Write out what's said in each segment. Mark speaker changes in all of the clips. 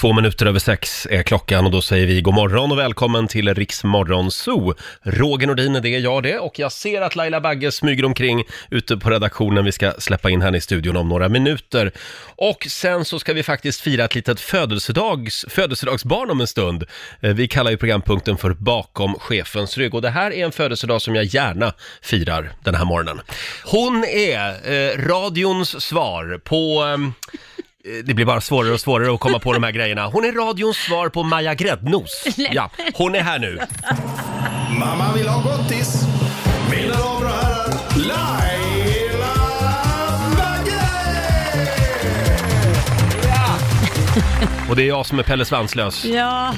Speaker 1: Två minuter över sex är klockan och då säger vi god morgon och välkommen till Riks Morgonzoo. Roger Nordin är det, jag det och jag ser att Laila Bagge smyger omkring ute på redaktionen. Vi ska släppa in henne i studion om några minuter. Och sen så ska vi faktiskt fira ett litet födelsedags, födelsedagsbarn om en stund. Eh, Vi kallar ju programpunkten för Bakom chefens rygg och det här är en födelsedag som jag gärna firar den här morgonen. Hon är eh, radions svar på ehm, Eh, Det blir bara svårare och svårare att komma på de här grejerna. Hon är radions svar på Maja Gräddnos. Ja, hon är här nu.
Speaker 2: Mamma vill ha gottis. Mina damer och herrar, Laila Bagge!
Speaker 1: Och det är jag som är Pelle Svanslös.
Speaker 3: Ja,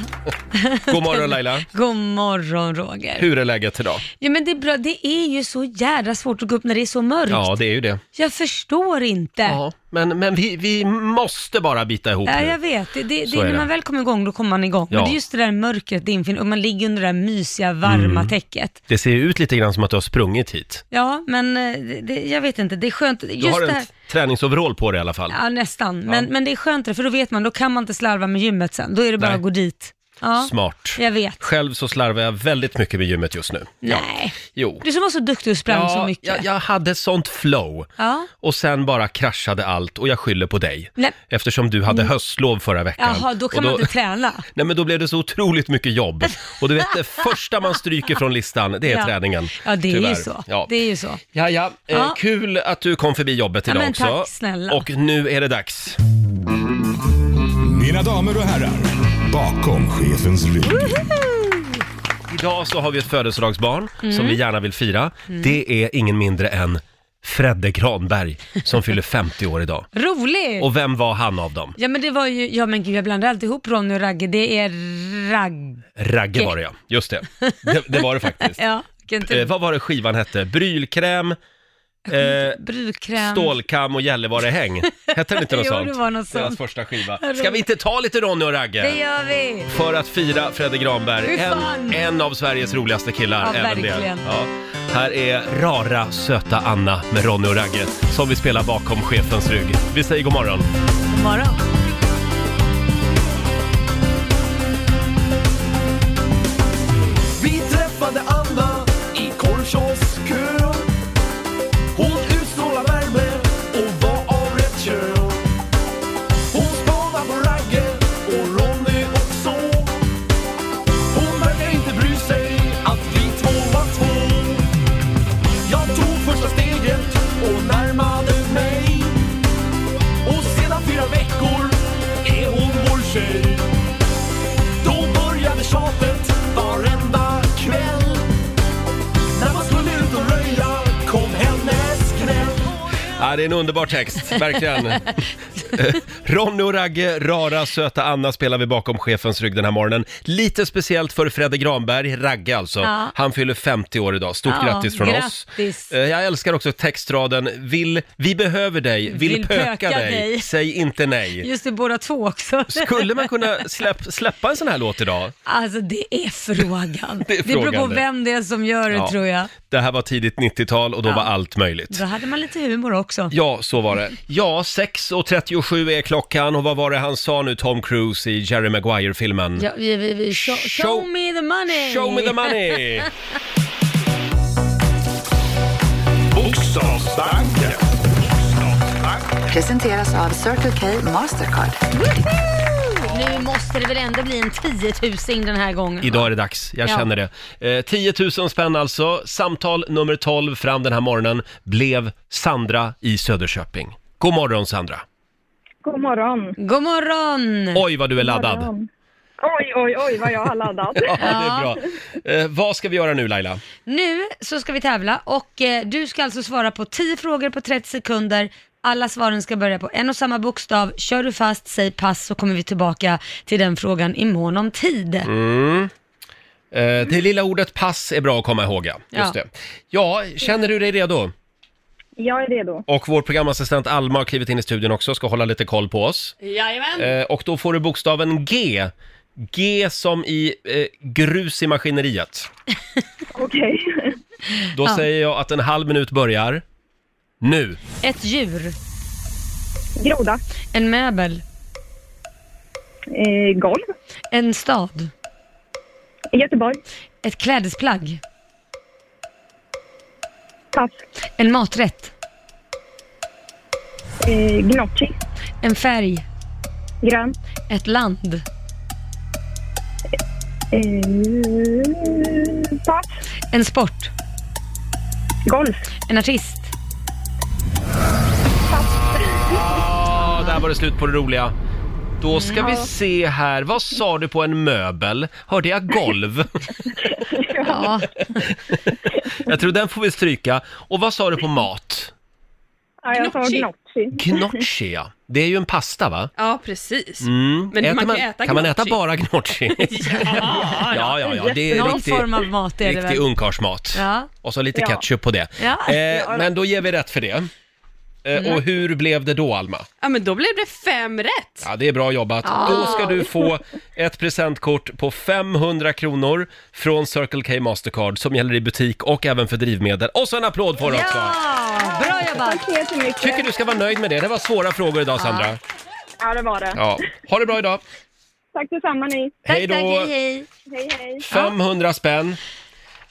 Speaker 1: God morgon Laila.
Speaker 3: god morgon Roger.
Speaker 1: Hur är läget idag?
Speaker 3: Ja men det är bra, det är ju så jädra svårt att gå upp när det är så mörkt.
Speaker 1: Ja, det är ju det.
Speaker 3: Jag förstår inte.
Speaker 1: Ja, men, men vi, vi måste bara bita ihop
Speaker 3: Ja,
Speaker 1: nu.
Speaker 3: jag vet. Det, det,
Speaker 1: Så
Speaker 3: det,
Speaker 1: är
Speaker 3: när
Speaker 1: det.
Speaker 3: man väl kommer igång, då kommer man igång.
Speaker 1: Ja.
Speaker 3: Men det är just det där mörkret, det infinner och man ligger under det där mysiga, varma
Speaker 1: Mm.
Speaker 3: täcket.
Speaker 1: Det ser ju ut lite grann som att du har sprungit hit.
Speaker 3: Ja, men eh, det, det, jag vet inte, det är skönt. Just
Speaker 1: Du har
Speaker 3: det
Speaker 1: en
Speaker 3: här,
Speaker 1: träningsoverall på dig i alla fall.
Speaker 3: ja, nästan. Men, men det är skönt, för då vet man, då kan man inte slarva med gymmet sen. Då är det bara
Speaker 1: Nej.
Speaker 3: att gå dit. Ja,
Speaker 1: Smart.
Speaker 3: jag vet.
Speaker 1: Själv så slarvar jag väldigt mycket med gymmet just nu.
Speaker 3: Nej.
Speaker 1: Jo.
Speaker 3: Du som var så duktig och sprang så
Speaker 1: Ja,
Speaker 3: mycket.
Speaker 1: jag, jag hade sånt flow.
Speaker 3: Ja.
Speaker 1: Och sen bara kraschade allt och jag skyller på dig.
Speaker 3: Nej. Mm.
Speaker 1: Eftersom du hade höstlov förra veckan.
Speaker 3: Jaha, då kan
Speaker 1: Och
Speaker 3: man inte träna.
Speaker 1: Nej men då blev det så otroligt mycket jobb. Och du vet, det första man stryker från listan, det är
Speaker 3: Ja.
Speaker 1: träningen.
Speaker 3: Ja, det är
Speaker 1: Tyvärr.
Speaker 3: ju så.
Speaker 1: Ja.
Speaker 3: Det är ju så.
Speaker 1: Ja, ja. Eh,
Speaker 3: Ja.
Speaker 1: Kul att du kom förbi jobbet
Speaker 3: Ja,
Speaker 1: idag
Speaker 3: men
Speaker 1: också.
Speaker 3: tack snälla.
Speaker 1: Och nu är det dags.
Speaker 2: Mina damer och herrar, bakom chefens rygg.
Speaker 1: Idag så har vi ett födelsedagsbarn
Speaker 3: Mm.
Speaker 1: som vi gärna vill fira. Det är ingen mindre än Fredde Granberg som fyller 50 år idag.
Speaker 3: Roligt!
Speaker 1: Och vem var han av dem?
Speaker 3: Ja men det var ju, ja men gud jag blandar alltid ihop Ronny och Ragge, det är Ragg...
Speaker 1: Ragge var det ja, just det. Det, det var det faktiskt.
Speaker 3: Ja, vilken typ
Speaker 1: Eh,
Speaker 3: tur.
Speaker 1: vad var det skivan hette? Brylkräm, eh,
Speaker 3: Brudkräm.
Speaker 1: Stålkam och Gällivarehäng. Hette den inte något
Speaker 3: Jo,
Speaker 1: sånt?
Speaker 3: det var något sånt.
Speaker 1: Deras första skiva.
Speaker 3: roligt.
Speaker 1: Ska vi inte ta lite Ronny och
Speaker 3: Det
Speaker 1: Ragge?
Speaker 3: gör vi!
Speaker 1: För att fira Fredde Granberg,
Speaker 3: Fy
Speaker 1: en,
Speaker 3: fan.
Speaker 1: en av Sveriges roligaste killar.
Speaker 3: Ja,
Speaker 1: även
Speaker 3: verkligen.
Speaker 1: Det. Ja. Här är rara, söta Anna med Ronny och Ragge som vi spelar bakom chefens rygg. Vi säger god morgon.
Speaker 3: God morgon.
Speaker 4: Vi träffade Anna i korvkioskön Hon utstrålar värme och var av rätt kön Hon spanar på Ragge och Ronny också Hon verkar inte bry sig att vi två var två Jag tog första steget och närmade mig Och sedan fyra veckor är hon vår tjej då började tjatet varenda kväll När man skulle ut och röja kom hennes gnäll
Speaker 1: Ja, det är en underbar text, verkligen. Eh, Ronny och Ragge, rara, söta Anna spelar vi bakom chefens rygg den här morgonen. Lite speciellt för Fredde Granberg, Ragge alltså.
Speaker 3: Ja.
Speaker 1: Han fyller 50 år idag. Stort
Speaker 3: Ja,
Speaker 1: grattis från oss.
Speaker 3: grattis.
Speaker 1: Eh, Jag älskar också textraden, vill, vi behöver dig, vill, pöka, dig, säg inte nej.
Speaker 3: Just det, båda två också.
Speaker 1: Skulle man kunna släpp, släppa en sån här låt idag?
Speaker 3: Alltså det är frågan.
Speaker 1: Det är
Speaker 3: beror på
Speaker 1: frågan det.
Speaker 3: vem det är som gör det
Speaker 1: Ja.
Speaker 3: tror jag.
Speaker 1: Det här var tidigt 90-tal och då
Speaker 3: Ja.
Speaker 1: var allt möjligt.
Speaker 3: Då hade man lite humor också.
Speaker 1: Ja, så var det. Ja, 6.37 är klockan och vad var det han sa nu, Tom Cruise i Jerry Maguire-filmen?
Speaker 3: Ja, vi, vi, vi, show,
Speaker 1: Show-
Speaker 3: show me the money!
Speaker 1: Show me the money!
Speaker 2: Bokstavsbanken.
Speaker 5: Presenteras av Circle K Mastercard.
Speaker 3: Woohoo! Nu måste det väl ändå bli en 10 000 den här gången. va?
Speaker 1: Idag är det dags, jag
Speaker 3: Ja.
Speaker 1: känner det. Eh, 10 000 spänn alltså. Samtal nummer 12 fram den här morgonen blev Sandra i Söderköping. God morgon Sandra!
Speaker 6: God morgon.
Speaker 3: God morgon!
Speaker 1: Oj vad du är laddad!
Speaker 6: Oj, oj, oj vad jag har laddat.
Speaker 1: Ja, det är bra. Eh, vad ska vi göra nu Laila?
Speaker 3: Nu så ska vi tävla och eh, du ska alltså svara på 10 frågor på 30 sekunder. Alla svaren ska börja på en och samma bokstav. Kör du fast, säg pass så kommer vi tillbaka till den frågan i mån om tid.
Speaker 1: Mm. Eh, det lilla ordet pass är bra att komma ihåg ja. Just
Speaker 3: Ja.
Speaker 1: det. Ja, känner du dig redo?
Speaker 6: Jag är redo.
Speaker 1: Och vår programassistent Alma har klivit in i studion också, ska hålla lite koll på oss.
Speaker 3: Jajamän!
Speaker 1: Eh, och då får du bokstaven G. G som i eh, grus i maskineriet.
Speaker 6: Okej.
Speaker 1: Då säger jag att en halv minut börjar nu.
Speaker 3: Ett djur,
Speaker 6: Groda.
Speaker 3: en möbel,
Speaker 6: Eh, golv.
Speaker 3: En stad.
Speaker 6: Göteborg.
Speaker 3: Ett klädesplagg.
Speaker 6: Pass.
Speaker 3: En maträtt.
Speaker 6: Eh, gnocchi.
Speaker 3: En färg.
Speaker 6: Grön.
Speaker 3: Ett land.
Speaker 6: Eh, pass.
Speaker 3: En sport.
Speaker 6: Golf.
Speaker 3: En artist.
Speaker 1: Ja, där var det slut på det roliga. Då ska vi se här, vad sa du på en möbel? Hörde jag golv?
Speaker 3: Ja.
Speaker 1: Jag tror den får vi stryka. Och vad sa du på mat?
Speaker 6: Ja, jag sa
Speaker 7: Gnocchi.
Speaker 6: gnocchi.
Speaker 1: Gnocchi, ja. Det är ju en pasta, va?
Speaker 7: Ja, precis.
Speaker 1: Mm.
Speaker 7: Men
Speaker 1: Äter
Speaker 7: man kan äta
Speaker 1: kan man äta
Speaker 7: gnocchi.
Speaker 1: bara gnocchi?
Speaker 7: Ja,
Speaker 1: Ja, ja, ja. Det är
Speaker 3: Någon
Speaker 1: riktig,
Speaker 3: form av mat är det
Speaker 1: riktig
Speaker 3: väl?
Speaker 1: ungkarlsmat.
Speaker 3: Ja.
Speaker 1: Och så lite
Speaker 6: Ja.
Speaker 1: ketchup på det.
Speaker 3: Ja.
Speaker 1: Eh, men då ger vi rätt för det. Eh,
Speaker 3: Mm.
Speaker 1: Och hur blev det då, Alma?
Speaker 7: ja, men då blev det fem rätt.
Speaker 1: Ja, det är bra jobbat. Då ska du få ett presentkort på 500 kronor från Circle K Mastercard som gäller i butik och även för drivmedel. Och så en applåd får du också!
Speaker 3: Ja, bra jobbat!
Speaker 6: Tack så jättemycket.
Speaker 1: Tycker du ska vara nöjd med det. Det var svåra frågor idag, Sandra.
Speaker 6: Ja, det var det.
Speaker 1: Ja. Ha det bra idag!
Speaker 6: Tack detsamma ni.
Speaker 1: Hej
Speaker 3: Tack, tack,
Speaker 1: då!
Speaker 3: hej, hej.
Speaker 6: Hej, hej.
Speaker 1: 500 spänn.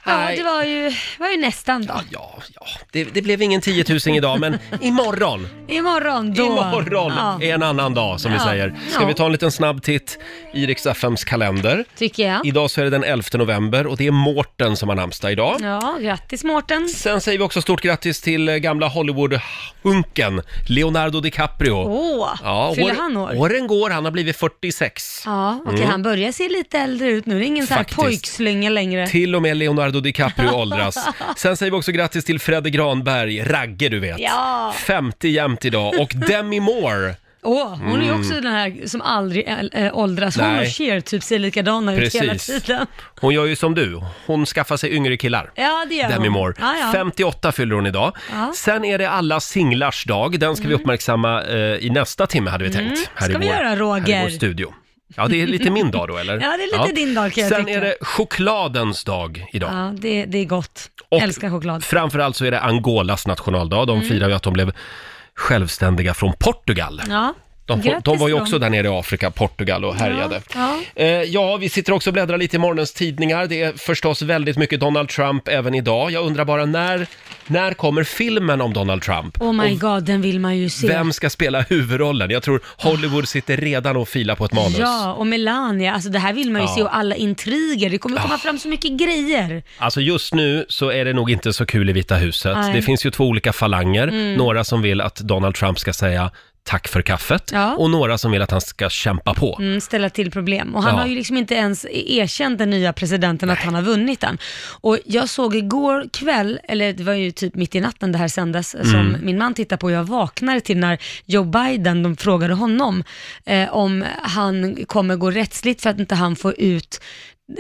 Speaker 3: Ja,
Speaker 1: Hej.
Speaker 3: det var ju, var ju nästan då.
Speaker 1: Ja, ja. Det, det blev ingen 10 000 idag, men imorgon,
Speaker 3: Imorgon då.
Speaker 1: imorgon
Speaker 3: Ja,
Speaker 1: är en annan dag som vi
Speaker 3: Ja.
Speaker 1: säger. Ska
Speaker 3: Ja.
Speaker 1: vi ta en liten snabb titt i Rix FMs kalender?
Speaker 3: tycker jag.
Speaker 1: Idag så är det den 11 november och det är Mårten som har namnsdag idag.
Speaker 3: Ja, grattis Mårten.
Speaker 1: Sen säger vi också stort grattis till eh, gamla Hollywood-hunken Leonardo DiCaprio.
Speaker 3: Åh, fyller han år?
Speaker 1: Åren går, han har blivit 46.
Speaker 3: Ja, okej, han börjar se lite äldre ut nu. Det är ingen sån här
Speaker 1: Mm. Faktiskt.
Speaker 3: pojkslynga längre.
Speaker 1: Till och med Leonardo DiCaprio åldras. Sen säger vi också grattis till Fredde Granberg, Ragge du vet.
Speaker 3: Ja.
Speaker 1: 50 jämt idag och Demi Moore.
Speaker 3: Åh, hon är ju också den här som aldrig äl- äh, åldras. Hon
Speaker 1: Mm. Nej.
Speaker 3: och Cher typ ser likadana ut hela
Speaker 1: Precis.
Speaker 3: tiden.
Speaker 1: Hon gör ju som du, hon skaffar sig yngre killar.
Speaker 3: Ja, det gör
Speaker 1: Demi
Speaker 3: hon.
Speaker 1: Moore.
Speaker 3: Ja, ja.
Speaker 1: 58 fyller hon idag.
Speaker 3: Ja. Mm.
Speaker 1: Sen är det alla singlars dag. Den ska vi uppmärksamma eh, i nästa timme hade vi tänkt. Här
Speaker 3: Ska
Speaker 1: i
Speaker 3: vi
Speaker 1: vår,
Speaker 3: göra,
Speaker 1: Här i
Speaker 3: Roger?
Speaker 1: vår studio. Ja, det är lite min dag då, eller?
Speaker 3: Ja, det är lite din dag, kan jag
Speaker 1: Sen
Speaker 3: tycka.
Speaker 1: är det chokladens dag idag.
Speaker 3: Ja, det, det är gott.
Speaker 1: Och
Speaker 3: Älskar choklad. Mm.
Speaker 1: Framförallt så är det Angolas nationaldag. De firar ju att de blev självständiga från Portugal.
Speaker 3: Ja,
Speaker 1: De,
Speaker 3: grattis
Speaker 1: de var ju
Speaker 3: dem.
Speaker 1: också där nere i Afrika, Portugal och härjade.
Speaker 3: Ja,
Speaker 1: Eh, ja, vi sitter också och bläddrar lite i morgons tidningar. Det är förstås väldigt mycket Donald Trump även idag. Jag undrar bara när, när kommer filmen om Donald Trump?
Speaker 3: Oh my god, den vill man ju se.
Speaker 1: Vem ska spela huvudrollen? Jag tror Hollywood sitter redan och filar på ett manus.
Speaker 3: Ja, och Melania. Alltså det här vill man ju
Speaker 1: Ja. Ah.
Speaker 3: se och alla intriger. Det kommer komma fram så mycket grejer.
Speaker 1: Alltså just nu så är det nog inte så kul i Vita huset.
Speaker 3: Nej. Mm.
Speaker 1: Det finns ju två olika falanger. Några som vill att Donald Trump ska säga tack för kaffet
Speaker 3: Ja.
Speaker 1: och några som vill att han ska kämpa på.
Speaker 3: Mm, ställa till problem. Och han
Speaker 1: Ja.
Speaker 3: har ju liksom inte ens erkänt den nya presidenten att han har vunnit den. Och jag såg igår kväll, eller det var ju typ mitt i natten det här sändes,
Speaker 1: Mm.
Speaker 3: som min man tittade på och jag vaknade till när Joe Biden, de frågade honom eh, om han kommer gå rättsligt för att inte han får ut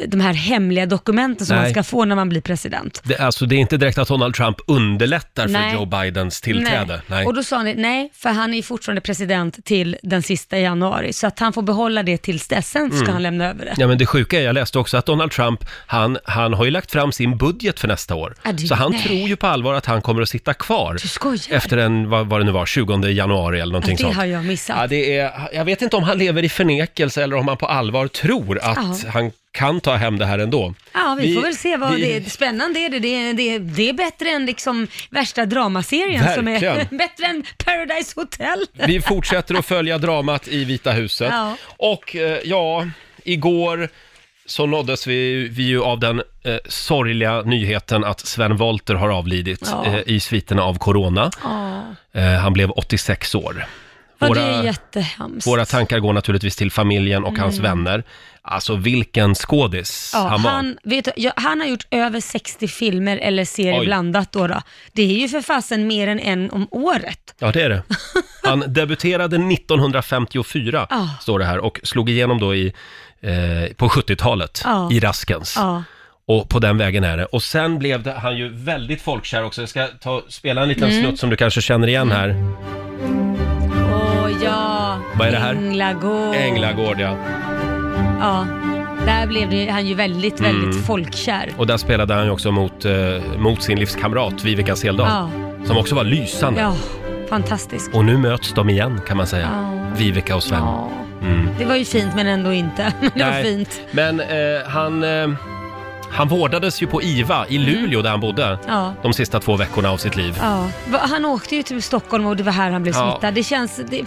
Speaker 3: de här hemliga dokumenten som
Speaker 1: Nej.
Speaker 3: man ska få när man blir president.
Speaker 1: Det, alltså det är inte direkt att Donald Trump underlättar
Speaker 3: Nej.
Speaker 1: för Joe Bidens tillträde. Nej.
Speaker 3: Och då sa han det, nej, för han är fortfarande president till den sista januari, så att han får behålla det tills dess, sen
Speaker 1: Mm.
Speaker 3: ska han lämna över det.
Speaker 1: Ja men det sjuka är, jag läste också att Donald Trump, han, han har ju lagt fram sin budget för nästa år.
Speaker 3: Ja, du-
Speaker 1: så han
Speaker 3: nej.
Speaker 1: tror ju på allvar att han kommer att sitta kvar
Speaker 3: Du skojar?
Speaker 1: efter den, vad, vad det nu var, 20 januari eller någonting
Speaker 3: det
Speaker 1: sånt.
Speaker 3: har jag missat.
Speaker 1: Ja, det är, jag vet inte om han lever i förnekelse eller om han på allvar tror att
Speaker 3: Ja.
Speaker 1: han kan ta hem det här ändå.
Speaker 3: Ja, vi,
Speaker 1: Vi-
Speaker 3: får väl se vad
Speaker 1: vi-
Speaker 3: det är. Spännande är det. Det är, det är, det är bättre än liksom värsta dramaserien som
Speaker 1: Verkligen.
Speaker 3: är bättre än Paradise Hotel.
Speaker 1: Vi fortsätter att följa dramat i Vita huset.
Speaker 3: Ja.
Speaker 1: Och eh, ja, igår så nåddes vi, vi ju av den eh, sorgliga nyheten att Sven Wollter har avlidit
Speaker 3: Ja.
Speaker 1: eh, i sviterna av corona. Eh, han blev 86 år.
Speaker 3: Ja, det
Speaker 1: Våra-
Speaker 3: är jättehemskt.
Speaker 1: Våra tankar går naturligtvis till familjen och hans vänner. Alltså vilken skådis
Speaker 3: Mm. Ja,
Speaker 1: han var.
Speaker 3: han, vet du, ja, han har gjort över 60 filmer eller serier
Speaker 1: Oj.
Speaker 3: blandat då, då. Det är ju för fasen mer än en om året.
Speaker 1: Ja, det är det. Han debuterade 1954,
Speaker 3: Ja.
Speaker 1: står det här, och slog igenom då i, eh, på 70-talet
Speaker 3: Ja.
Speaker 1: i Raskens.
Speaker 3: Ja.
Speaker 1: Och på den vägen är det. Och sen blev det, han ju väldigt folkkär också. Jag ska ta, spela en
Speaker 3: Mm.
Speaker 1: liten snutt som du kanske känner igen här.
Speaker 3: Åh ja,
Speaker 1: Vad är det här?
Speaker 3: Änglagård.
Speaker 1: Änglagård, ja.
Speaker 3: Ja. Där blev det, han ju väldigt, väldigt
Speaker 1: Mm.
Speaker 3: folkkär.
Speaker 1: Och där spelade han ju också mot, eh, mot sin livskamrat Vivica Seldahl.
Speaker 3: Ja.
Speaker 1: Som också var lysande.
Speaker 3: Ja, fantastisk.
Speaker 1: Och nu möts de igen, kan man säga.
Speaker 3: Ja.
Speaker 1: Vivica och Sven.
Speaker 3: Ja. Det var ju fint men ändå inte. Men det var
Speaker 1: Mm. Nej.
Speaker 3: fint.
Speaker 1: Men eh, han, eh, han vårdades ju på IVA i Luleå där han bodde
Speaker 3: Ja.
Speaker 1: de sista två veckorna av sitt liv.
Speaker 3: Ja, va- han åkte ju till Stockholm och det var här han blev
Speaker 1: Ja.
Speaker 3: smittad. Det känns... Det,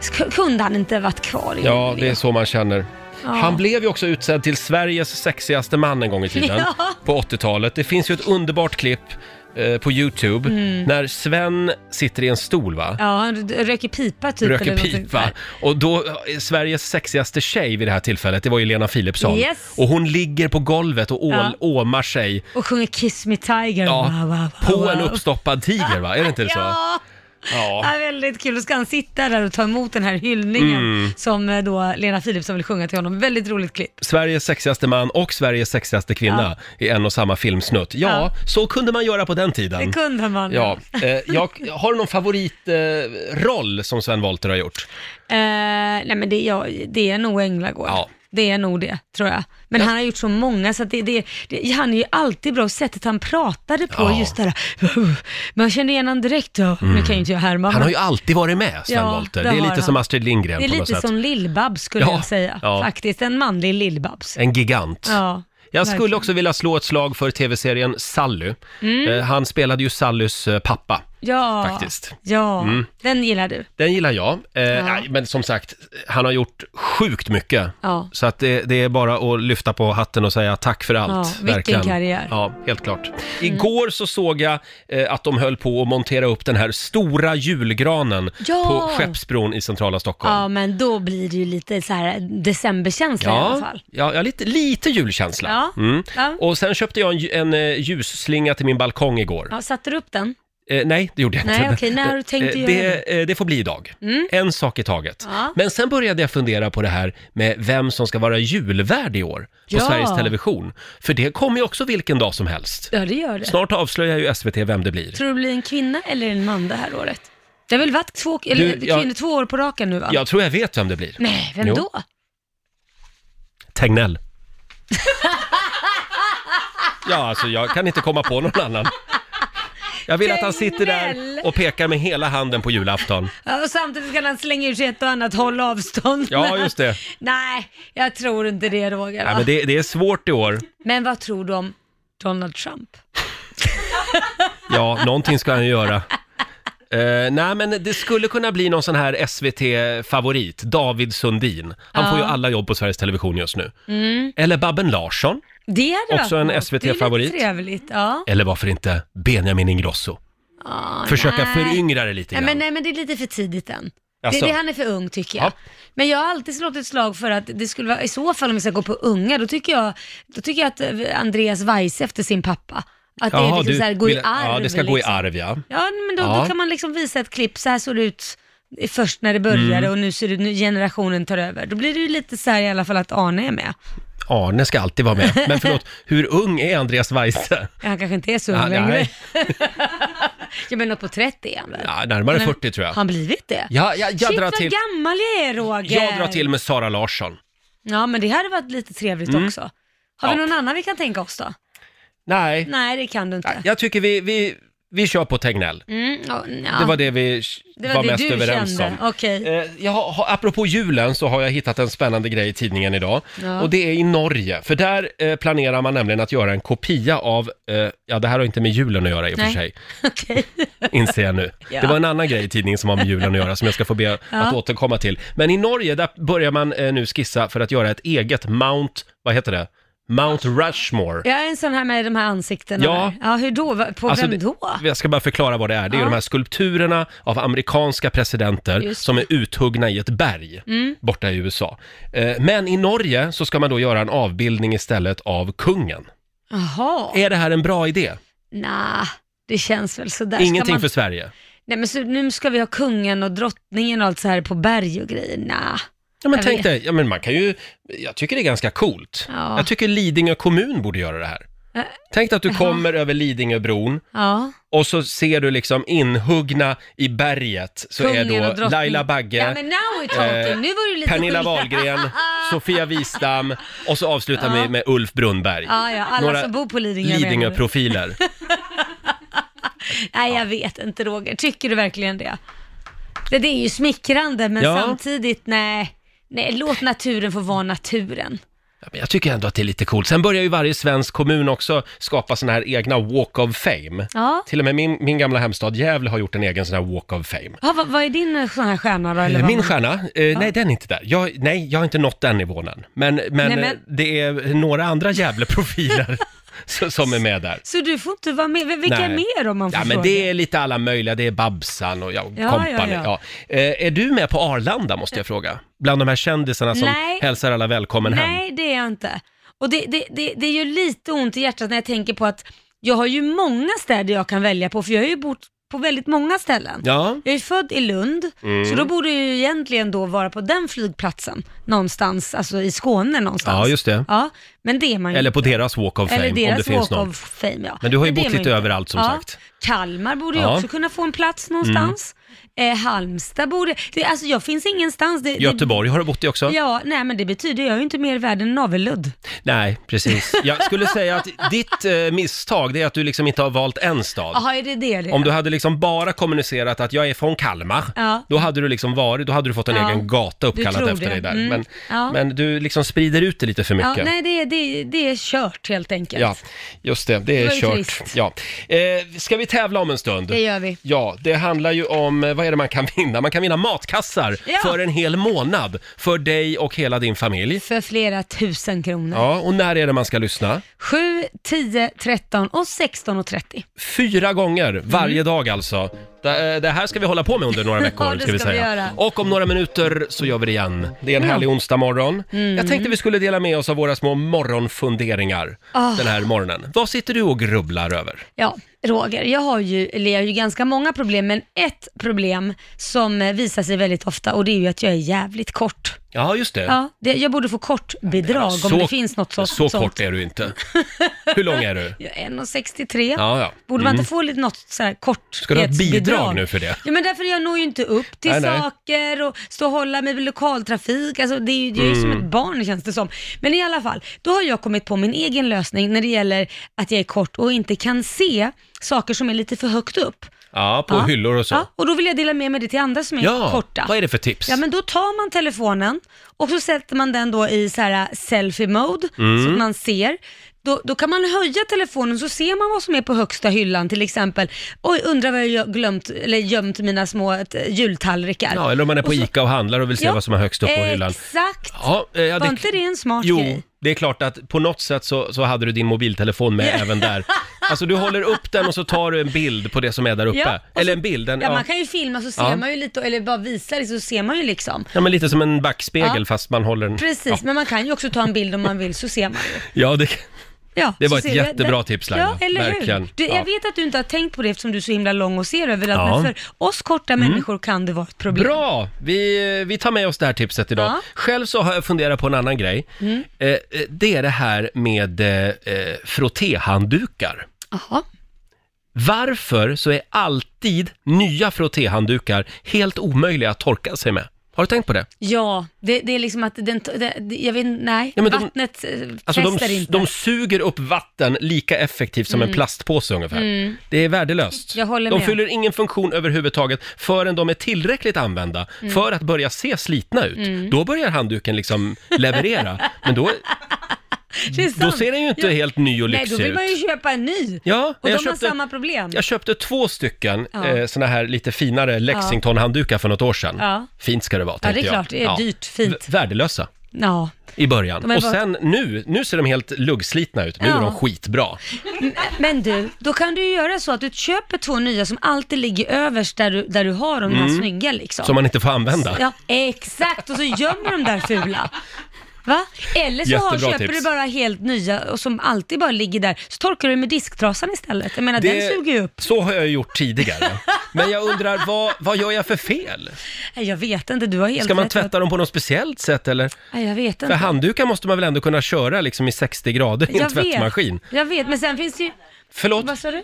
Speaker 3: sk- kunde han inte varit kvar i
Speaker 1: Ja, det är
Speaker 3: Luleå?
Speaker 1: så man känner. Han blev ju också utsedd till Sveriges sexigaste man en gång i tiden,
Speaker 3: Ja.
Speaker 1: på 80-talet. Det finns ju ett underbart klipp eh, på Youtube när Sven sitter i en stol, va?
Speaker 3: Mm. Ja, han r- röker pipa typ.
Speaker 1: röker
Speaker 3: eller någonting
Speaker 1: pipa.
Speaker 3: sådär.
Speaker 1: Och då, eh, Sveriges sexigaste tjej vid det här tillfället, det var ju Lena Philipsson.
Speaker 3: Yes.
Speaker 1: Och hon ligger på golvet och ål,
Speaker 3: Ja.
Speaker 1: åmar sig
Speaker 3: Och sjunger Kiss Me Tiger.
Speaker 1: ja,
Speaker 3: Wow, wow, wow,
Speaker 1: på
Speaker 3: wow.
Speaker 1: en uppstoppad tiger, va? Är det inte så?
Speaker 3: Ja.
Speaker 1: Ja.
Speaker 3: Ja, väldigt kul. Då ska han sitta där och ta emot den här hyllningen
Speaker 1: Mm.
Speaker 3: som eh, då Lena Philipsson vill sjunga till honom. Väldigt roligt klipp.
Speaker 1: Sveriges sexigaste man och Sveriges sexigaste kvinna i en och samma filmsnutt. Ja,
Speaker 3: Ja.
Speaker 1: så kunde man göra på den tiden.
Speaker 3: Det kunde man.
Speaker 1: Mm. Ja, eh, jag, har du någon favoritroll eh, roll som Sven Wollter har gjort?
Speaker 3: Eh, nej men det, ja, det är nog Änglagård.
Speaker 1: Ja.
Speaker 3: Det är nog det, tror jag. Men han har gjort så många, så att det, det, det, han är ju alltid bra. Sättet han pratade på,
Speaker 1: Ja. Mm.
Speaker 3: just det där. Man känner igen honom direkt. Ja, Nu kan jag ju inte jag härma
Speaker 1: Han har
Speaker 3: men
Speaker 1: ju alltid varit med, Sven
Speaker 3: Ja,
Speaker 1: Wollter. Det
Speaker 3: det
Speaker 1: är
Speaker 3: har
Speaker 1: lite
Speaker 3: han.
Speaker 1: som Astrid Lindgren
Speaker 3: Det är
Speaker 1: på något
Speaker 3: lite
Speaker 1: sätt.
Speaker 3: som Lill-Babs skulle
Speaker 1: Ja,
Speaker 3: jag säga.
Speaker 1: ja.
Speaker 3: Faktiskt, en manlig Lill-Babs.
Speaker 1: En gigant.
Speaker 3: Ja,
Speaker 1: Jag
Speaker 3: verkligen. Mm.
Speaker 1: skulle också vilja slå ett slag för tv-serien Sally. Eh, han spelade ju Sallys eh, pappa.
Speaker 3: ja,
Speaker 1: faktiskt. Mm.
Speaker 3: Ja, den gillar du.
Speaker 1: Den gillar jag. Eh, nej, men som sagt, han har gjort sjukt mycket.
Speaker 3: Ja.
Speaker 1: Så att det, det är bara att lyfta på hatten och säga tack för allt.
Speaker 3: Ja, vilken karriär. Mm.
Speaker 1: Ja, helt klart. Igår så såg jag eh, att de höll på att montera upp den här stora julgranen
Speaker 3: Ja.
Speaker 1: på Skeppsbron i centrala Stockholm.
Speaker 3: Ja, men då blir det ju lite så här decemberkänsla i alla fall.
Speaker 1: ja, ja lite, lite julkänsla. Mm.
Speaker 3: Ja. Ja.
Speaker 1: Och sen köpte jag en, ju- en eh, ljusslinga till min balkong igår.
Speaker 3: Ja, satte du upp den?
Speaker 1: Eh, nej, det gjorde jag
Speaker 3: Nej,
Speaker 1: inte.
Speaker 3: okej, när har du tänkt
Speaker 1: Eh,
Speaker 3: göra Mm.
Speaker 1: det, eh, det får bli idag. En sak i taget.
Speaker 3: Ja.
Speaker 1: Men sen började jag fundera på det här med vem som ska vara julvärd i år på
Speaker 3: Ja.
Speaker 1: Sveriges Television. För det kommer ju också vilken dag som helst.
Speaker 3: Ja, det gör det.
Speaker 1: Snart avslöjar ju SVT vem det blir.
Speaker 3: Tror du det blir en kvinna eller en man det här året? Det har väl varit två, eller,
Speaker 1: jag-
Speaker 3: kvinnor två år på raken nu va?
Speaker 1: Jag tror jag vet vem det blir.
Speaker 3: Nej, vem
Speaker 1: Jo.
Speaker 3: då?
Speaker 1: Tegnell. ja, alltså jag kan inte komma på någon annan. Jag vill att han sitter där
Speaker 3: Tegnell.
Speaker 1: och pekar med hela handen på julafton.
Speaker 3: Ja, och samtidigt kan han slänga ur sig ett och annat, håll avstånd.
Speaker 1: Ja, just det.
Speaker 3: Nej, jag tror inte det Roger.
Speaker 1: Nej, men det, det är svårt i år.
Speaker 3: Men vad tror du om Donald Trump?
Speaker 1: Ja, någonting ska han ju göra. Eh, nej, men det skulle kunna bli någon sån här SVT-favorit, David Sundin. Han får ju alla jobb på Sveriges Television just nu.
Speaker 3: Mm.
Speaker 1: Eller Babben Larsson,
Speaker 3: Det hade
Speaker 1: Också
Speaker 3: varit
Speaker 1: en
Speaker 3: något.
Speaker 1: SVT-favorit.
Speaker 3: Det är lite trevligt, ja.
Speaker 1: eller varför inte Benjamin Ingrosso?
Speaker 3: Ah,
Speaker 1: Försöka
Speaker 3: nej.
Speaker 1: föryngra det lite
Speaker 3: Nej
Speaker 1: grann. Alltså,
Speaker 3: men, nej men det är lite för tidigt än. Det,
Speaker 1: Jaså?
Speaker 3: det, han är för ung tycker jag.
Speaker 1: Ja.
Speaker 3: Men jag har alltid slått ett slag för att det skulle vara, i så fall om vi ska gå på unga, då tycker jag, då tycker jag att eh, Andreas Weise efter sin pappa. Att det är
Speaker 1: Jaha,
Speaker 3: liksom
Speaker 1: du
Speaker 3: så här, gå i
Speaker 1: vill-
Speaker 3: arv.
Speaker 1: Ja, det ska gå i
Speaker 3: liksom.
Speaker 1: arv, ja.
Speaker 3: Ja, men då,
Speaker 1: Ja.
Speaker 3: då kan man liksom visa ett klipp, så här såg det ut i- först när det började
Speaker 1: Mm.
Speaker 3: och nu ser det ut, nu generationen tar över. Då blir det ju lite så här i alla fall att Arne är med.
Speaker 1: Arne ska alltid vara med. Men förlåt, hur ung är Andreas Weise?
Speaker 3: Han kanske inte är så ung
Speaker 1: Ah,
Speaker 3: längre.
Speaker 1: nej.
Speaker 3: ja, men uppåt 30 är han väl?
Speaker 1: Ja, närmare
Speaker 3: Men-
Speaker 1: 40 tror
Speaker 3: Har
Speaker 1: jag.
Speaker 3: han blivit det?
Speaker 1: Ja, jag, jag,
Speaker 3: Shit
Speaker 1: drar
Speaker 3: vad
Speaker 1: till,
Speaker 3: gammal jag är Roger!
Speaker 1: jag drar till med Sara Larsson.
Speaker 3: Ja, men det hade varit lite trevligt också. Har vi
Speaker 1: Mm. Ja.
Speaker 3: någon annan vi kan tänka oss då?
Speaker 1: Nej,
Speaker 3: Nej, det kan du inte.
Speaker 1: jag tycker vi, vi, vi kör på Tegnell.
Speaker 3: Mm, ja, nja.
Speaker 1: Det var det vi
Speaker 3: Det
Speaker 1: var,
Speaker 3: var det
Speaker 1: mest
Speaker 3: du
Speaker 1: överens
Speaker 3: kände.
Speaker 1: om.
Speaker 3: Okej.
Speaker 1: Eh, Jag har, har- apropå julen så har jag hittat en spännande grej i tidningen idag.
Speaker 3: Ja.
Speaker 1: Och det är i Norge, för där eh, planerar man nämligen att göra en kopia av, eh, ja det här har inte med julen att göra i och för
Speaker 3: Nej.
Speaker 1: sig,
Speaker 3: Okej.
Speaker 1: inser jag nu.
Speaker 3: Ja.
Speaker 1: Det var en annan grej i tidningen som har med julen att göra som jag ska få be att återkomma till. Men i Norge, där börjar man eh, nu skissa för att göra ett eget Mount, vad heter det? Mount Rushmore.
Speaker 3: Jag är en sån här med de här ansiktena.
Speaker 1: Ja.
Speaker 3: där. ja hur då? Va- På
Speaker 1: Alltså,
Speaker 3: vem då?
Speaker 1: det- Jag ska bara förklara vad det är. Det är
Speaker 3: Ja.
Speaker 1: de här skulpturerna av amerikanska presidenter
Speaker 3: Just det. Mm.
Speaker 1: som är uthuggna i ett berg borta i USA. Eh, Men i Norge så ska man då göra en avbildning istället av kungen.
Speaker 3: Jaha.
Speaker 1: Är det här en bra idé?
Speaker 3: Nah, det känns väl sådär. Ska
Speaker 1: Ingenting
Speaker 3: man...
Speaker 1: för Sverige?
Speaker 3: Nej men så, nu ska vi ha kungen och drottningen och allt så här på berg och grejer. Nah.
Speaker 1: Ja, men
Speaker 3: Jag
Speaker 1: tänk
Speaker 3: vet.
Speaker 1: dig, ja, men man kan ju, jag tycker det är ganska coolt.
Speaker 3: Ja.
Speaker 1: Jag tycker Lidingö kommun borde göra det här.
Speaker 3: Ä-
Speaker 1: Tänk dig att du kommer över Lidingöbron
Speaker 3: Ja.
Speaker 1: och så ser du liksom inhuggna i berget så
Speaker 3: Kungen och
Speaker 1: är då
Speaker 3: drottningen.
Speaker 1: Laila Bagge,
Speaker 3: Ja men now we're talking.
Speaker 1: Eh,
Speaker 3: nu var du lite
Speaker 1: Pernilla
Speaker 3: skillnad.
Speaker 1: Wahlgren, Sofia Wistam och så avslutar vi
Speaker 3: Ja.
Speaker 1: med Ulf Brunnberg.
Speaker 3: Ja, ja, alla
Speaker 1: Några
Speaker 3: som bor på Lidingö. menar du?
Speaker 1: Lidingö-profiler.
Speaker 3: Nej, jag vet inte Roger. Tycker du verkligen det? Det, det är ju smickrande, men
Speaker 1: Ja.
Speaker 3: samtidigt, nej. Nej, låt naturen få vara naturen.
Speaker 1: Ja, men Jag tycker ändå att det är lite coolt. Sen börjar ju varje svensk kommun också skapa såna här egna Walk of Fame.
Speaker 3: Ja.
Speaker 1: Till och med min, min gamla hemstad Gävle har gjort en egen sån här Walk of Fame.
Speaker 3: Ja, vad, vad är din eh, sån här stjärna då? Eller
Speaker 1: Eh,
Speaker 3: vad
Speaker 1: Min
Speaker 3: man-
Speaker 1: stjärna? Eh, Nej, den är inte där. Jag, nej, jag har inte nått den nivån än. Men, men,
Speaker 3: Nej, men-
Speaker 1: eh, det är några andra Gävle-profiler som- som är med där.
Speaker 3: Så du får inte vara med? V- Vilka
Speaker 1: Nej.
Speaker 3: är mer om man får
Speaker 1: Ja, men
Speaker 3: fråga?
Speaker 1: det är lite alla möjliga. Det är Babsan och ja,
Speaker 3: ja,
Speaker 1: kompani. Ja,
Speaker 3: ja.
Speaker 1: Eh, är du med på Arlanda, måste jag fråga? Bland de här kändisarna som
Speaker 3: Nej.
Speaker 1: hälsar alla välkommen hem.
Speaker 3: Nej, det är jag inte. Och det, det, det, det gör lite ont i hjärtat när jag tänker på att jag har ju många städer jag kan välja på, för jag har ju bott på väldigt många ställen.
Speaker 1: Ja,
Speaker 3: Jag är född i Lund, så
Speaker 1: Mm.
Speaker 3: då borde jag ju egentligen då vara på den flygplatsen någonstans, alltså i Skåne någonstans.
Speaker 1: Ja, just det.
Speaker 3: Alltså, Ja, men det är man ju
Speaker 1: eller på
Speaker 3: inte.
Speaker 1: deras Walk of Fame,
Speaker 3: Eller deras
Speaker 1: om det finns
Speaker 3: walk
Speaker 1: någon.
Speaker 3: of fame, ja.
Speaker 1: Men du har ju
Speaker 3: det är
Speaker 1: bott
Speaker 3: man
Speaker 1: lite
Speaker 3: inte.
Speaker 1: överallt, som sagt.
Speaker 3: Kalmar borde ju
Speaker 1: Ja. Mm.
Speaker 3: också kunna få en plats någonstans. Eh, Halmstad borde... Det, alltså jag finns ingenstans. Det,
Speaker 1: Göteborg har du bott i också?
Speaker 3: Det, ja, nej men det betyder jag är ju inte mer värd än Navelludd.
Speaker 1: Nej, precis. Jag skulle säga att ditt eh, misstag, det är att du liksom inte har valt en stad.
Speaker 3: Jaha, är det det det?
Speaker 1: Om du hade liksom bara kommunicerat att jag är från Kalmar,
Speaker 3: Ja.
Speaker 1: då hade du liksom varit, då hade du fått en
Speaker 3: Ja.
Speaker 1: egen gata uppkallad
Speaker 3: tror
Speaker 1: efter
Speaker 3: det.
Speaker 1: dig där.
Speaker 3: Mm.
Speaker 1: Men,
Speaker 3: Ja.
Speaker 1: men du liksom sprider ut det lite för
Speaker 3: ja,
Speaker 1: mycket.
Speaker 3: nej, det, är- det, är- det är kört helt enkelt.
Speaker 1: Ja, just det. Det är
Speaker 3: var ju
Speaker 1: kört.
Speaker 3: trist.
Speaker 1: Ja. Eh, ska vi tävla om en stund?
Speaker 3: Det gör vi.
Speaker 1: Ja, det handlar ju om, eh, vad är det man kan vinna? Man kan vinna matkassar
Speaker 3: Ja.
Speaker 1: för en hel månad för dig och hela din familj.
Speaker 3: För flera tusen kronor.
Speaker 1: Ja, och när är det man ska lyssna?
Speaker 3: 7, 10, 13 och 16 och 30.
Speaker 1: Fyra gånger varje dag alltså. Det, det här ska vi hålla på med under några veckor
Speaker 3: Mm. det
Speaker 1: ska vi
Speaker 3: ska vi
Speaker 1: säga.
Speaker 3: göra.
Speaker 1: Och om några minuter så gör vi det igen. Det är en härlig onsdag morgon.
Speaker 3: Mm.
Speaker 1: Jag tänkte vi skulle dela med oss av våra små morgonfunderingar
Speaker 3: Ah.
Speaker 1: den här morgonen. Vad sitter du och grubblar över?
Speaker 3: Ja, Roger, jag har, ju, eller jag har ju ganska många problem, men ett problem som eh, visar sig väldigt ofta och det är ju att jag är jävligt kort.
Speaker 1: Ja, just det.
Speaker 3: Ja, det, jag borde få kortbidrag om det finns något så,
Speaker 1: Så
Speaker 3: sånt.
Speaker 1: kort är du inte. Hur lång är du?
Speaker 3: Jag är 1,63.
Speaker 1: Ja, ja.
Speaker 3: Borde man inte få lite något så här kort
Speaker 1: Ska du ha ett bidrag nu för det?
Speaker 3: Ja, men därför jag når ju inte upp till
Speaker 1: Nej, nej.
Speaker 3: saker och stå och hålla mig med lokaltrafik. Alltså, det är ju, det är ju som
Speaker 1: Mm.
Speaker 3: ett barn känns det som. Men i alla fall, då har jag kommit på min egen lösning när det gäller att jag är kort och inte kan se saker som är lite för högt upp.
Speaker 1: Ja, på
Speaker 3: Ja.
Speaker 1: hyllor och så.
Speaker 3: Ja, och då vill jag dela med mig det till andra som är
Speaker 1: Ja,
Speaker 3: korta.
Speaker 1: vad är det för tips?
Speaker 3: Ja, men då tar man telefonen och så sätter man den då i så här selfie-mode,
Speaker 1: Mm.
Speaker 3: så att man ser. Då, då kan man höja telefonen så ser man vad som är på högsta hyllan till exempel. Oj, undrar vad jag glömt, eller gömt mina små eh, jultallrikar.
Speaker 1: Ja, eller om man är på
Speaker 3: Och så-
Speaker 1: ICA och handlar och vill se
Speaker 3: Ja,
Speaker 1: vad som är högst upp på hyllan.
Speaker 3: Exakt.
Speaker 1: Ja, eh, ja,
Speaker 3: Var inte det en smart
Speaker 1: Jo,
Speaker 3: grej?
Speaker 1: det är klart att på något sätt så, så hade du din mobiltelefon med även där. Alltså du håller upp den och så tar du en bild på det som är där uppe.
Speaker 3: Ja, och
Speaker 1: Eller
Speaker 3: så-
Speaker 1: en bild, en,
Speaker 3: Ja,
Speaker 1: ja,
Speaker 3: man kan ju filma så ser
Speaker 1: Ja.
Speaker 3: man ju lite, eller bara visa det så ser man ju liksom.
Speaker 1: ja, men lite som en backspegel
Speaker 3: Ja.
Speaker 1: fast man håller den.
Speaker 3: Precis, men man kan ju också ta en bild om man vill så ser man ju.
Speaker 1: Ja, det,
Speaker 3: Ja,
Speaker 1: Det
Speaker 3: så
Speaker 1: var ett
Speaker 3: ser jag-
Speaker 1: jättebra
Speaker 3: där-
Speaker 1: tips, Laila.
Speaker 3: Ja, eller
Speaker 1: Verkligen.
Speaker 3: hur? Du,
Speaker 1: Ja.
Speaker 3: Jag vet att du inte har tänkt på det eftersom du är så himla lång och ser överallt,
Speaker 1: Ja. Mm.
Speaker 3: men för oss korta människor kan det vara ett problem.
Speaker 1: Bra! Vi, vi tar med oss det här tipset idag.
Speaker 3: Ja.
Speaker 1: Själv så har jag funderat på en annan grej. Eh, eh, det är det här med eh, eh, frottéhanddukar.
Speaker 3: Jaha.
Speaker 1: Varför så är alltid nya frottéhanddukar helt omöjliga att torka sig med? Har du tänkt på det?
Speaker 3: Ja, det, det är liksom att den, det, det- jag vet nej,
Speaker 1: Ja, men de-
Speaker 3: vattnet eh,
Speaker 1: Alltså
Speaker 3: fäster
Speaker 1: de,
Speaker 3: inte. Mm.
Speaker 1: de suger upp vatten lika effektivt som en plastpåse ungefär. Det är värdelöst.
Speaker 3: Jag håller
Speaker 1: de
Speaker 3: med.
Speaker 1: fyller ingen funktion överhuvudtaget förrän de är tillräckligt använda
Speaker 3: Mm.
Speaker 1: för att börja se slitna ut. Då börjar handduken liksom leverera. Men då,
Speaker 3: Det är
Speaker 1: då
Speaker 3: sant.
Speaker 1: ser den ju inte helt ny och
Speaker 3: Nej,
Speaker 1: lyxig
Speaker 3: då vill
Speaker 1: ut.
Speaker 3: man ju köpa en ny.
Speaker 1: Ja,
Speaker 3: och de
Speaker 1: jag
Speaker 3: har
Speaker 1: köpte-
Speaker 3: samma problem.
Speaker 1: Jag köpte två stycken
Speaker 3: Ja.
Speaker 1: eh, såna här lite finare Lexington-handdukar för något år sedan.
Speaker 3: Ja.
Speaker 1: Fint ska det vara,
Speaker 3: Ja, det
Speaker 1: tänkte
Speaker 3: är
Speaker 1: jag.
Speaker 3: klart. Det är dyrt, fint.
Speaker 1: V- värdelösa
Speaker 3: Ja.
Speaker 1: i början.
Speaker 3: De är
Speaker 1: och
Speaker 3: bara-
Speaker 1: sen nu, nu ser de helt luggslitna ut. Nu är
Speaker 3: Ja.
Speaker 1: de skitbra.
Speaker 3: Men du, då kan du ju göra så att du köper två nya som alltid ligger överst där du, där du har de här snygga liksom.
Speaker 1: Mm. Som man inte får använda.
Speaker 3: Ja, exakt. Och så gömmer de där fula. Va? Eller så har,
Speaker 1: Jättebra
Speaker 3: köper
Speaker 1: tips.
Speaker 3: du bara helt nya och som alltid bara ligger där, så torkar du med disktrasan istället. Jag menar, den suger ju upp.
Speaker 1: Så har jag gjort tidigare. Men jag undrar, vad, vad gör jag för fel?
Speaker 3: Nej, jag vet inte, du har helt
Speaker 1: Ska man
Speaker 3: rätt.
Speaker 1: tvätta dem på något speciellt sätt eller?
Speaker 3: Nej, jag vet
Speaker 1: För
Speaker 3: inte.
Speaker 1: handdukar måste man väl ändå kunna köra liksom i 60 grader i en
Speaker 3: Jag
Speaker 1: tvättmaskin?
Speaker 3: Vet, jag vet, men sen finns det ju...
Speaker 1: Förlåt,
Speaker 3: Vad sa du?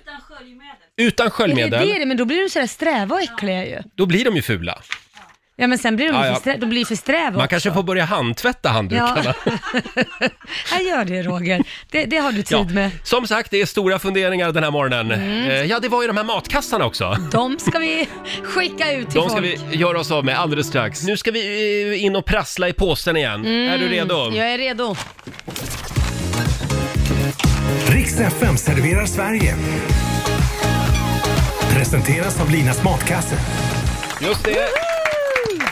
Speaker 1: utan
Speaker 3: Är det
Speaker 1: sköljmedel,
Speaker 3: det, men då blir de sådär sträva och äckliga ju.
Speaker 1: då blir de ju fula.
Speaker 3: Ja men sen blir de
Speaker 1: Ja,
Speaker 3: ju
Speaker 1: ja.
Speaker 3: för strä- de blir för sträva
Speaker 1: Man kanske får börja handtvätta handdukarna.
Speaker 3: Ja. Jag gör det Roger. Det, det har du tid
Speaker 1: Ja.
Speaker 3: med. Mm.
Speaker 1: Som sagt, det är stora funderingar den här morgonen. Eh, Ja, det var ju de här matkassarna också.
Speaker 3: De ska vi skicka ut till
Speaker 1: De ska
Speaker 3: folk.
Speaker 1: vi göra oss av med alldeles strax. Nu ska vi eh, in och prassla i påsen igen.
Speaker 3: Mm.
Speaker 1: Är du redo?
Speaker 3: Jag är redo.
Speaker 8: Riks FM serverar Sverige. Presenteras av Linas Matkasse.
Speaker 1: Just det.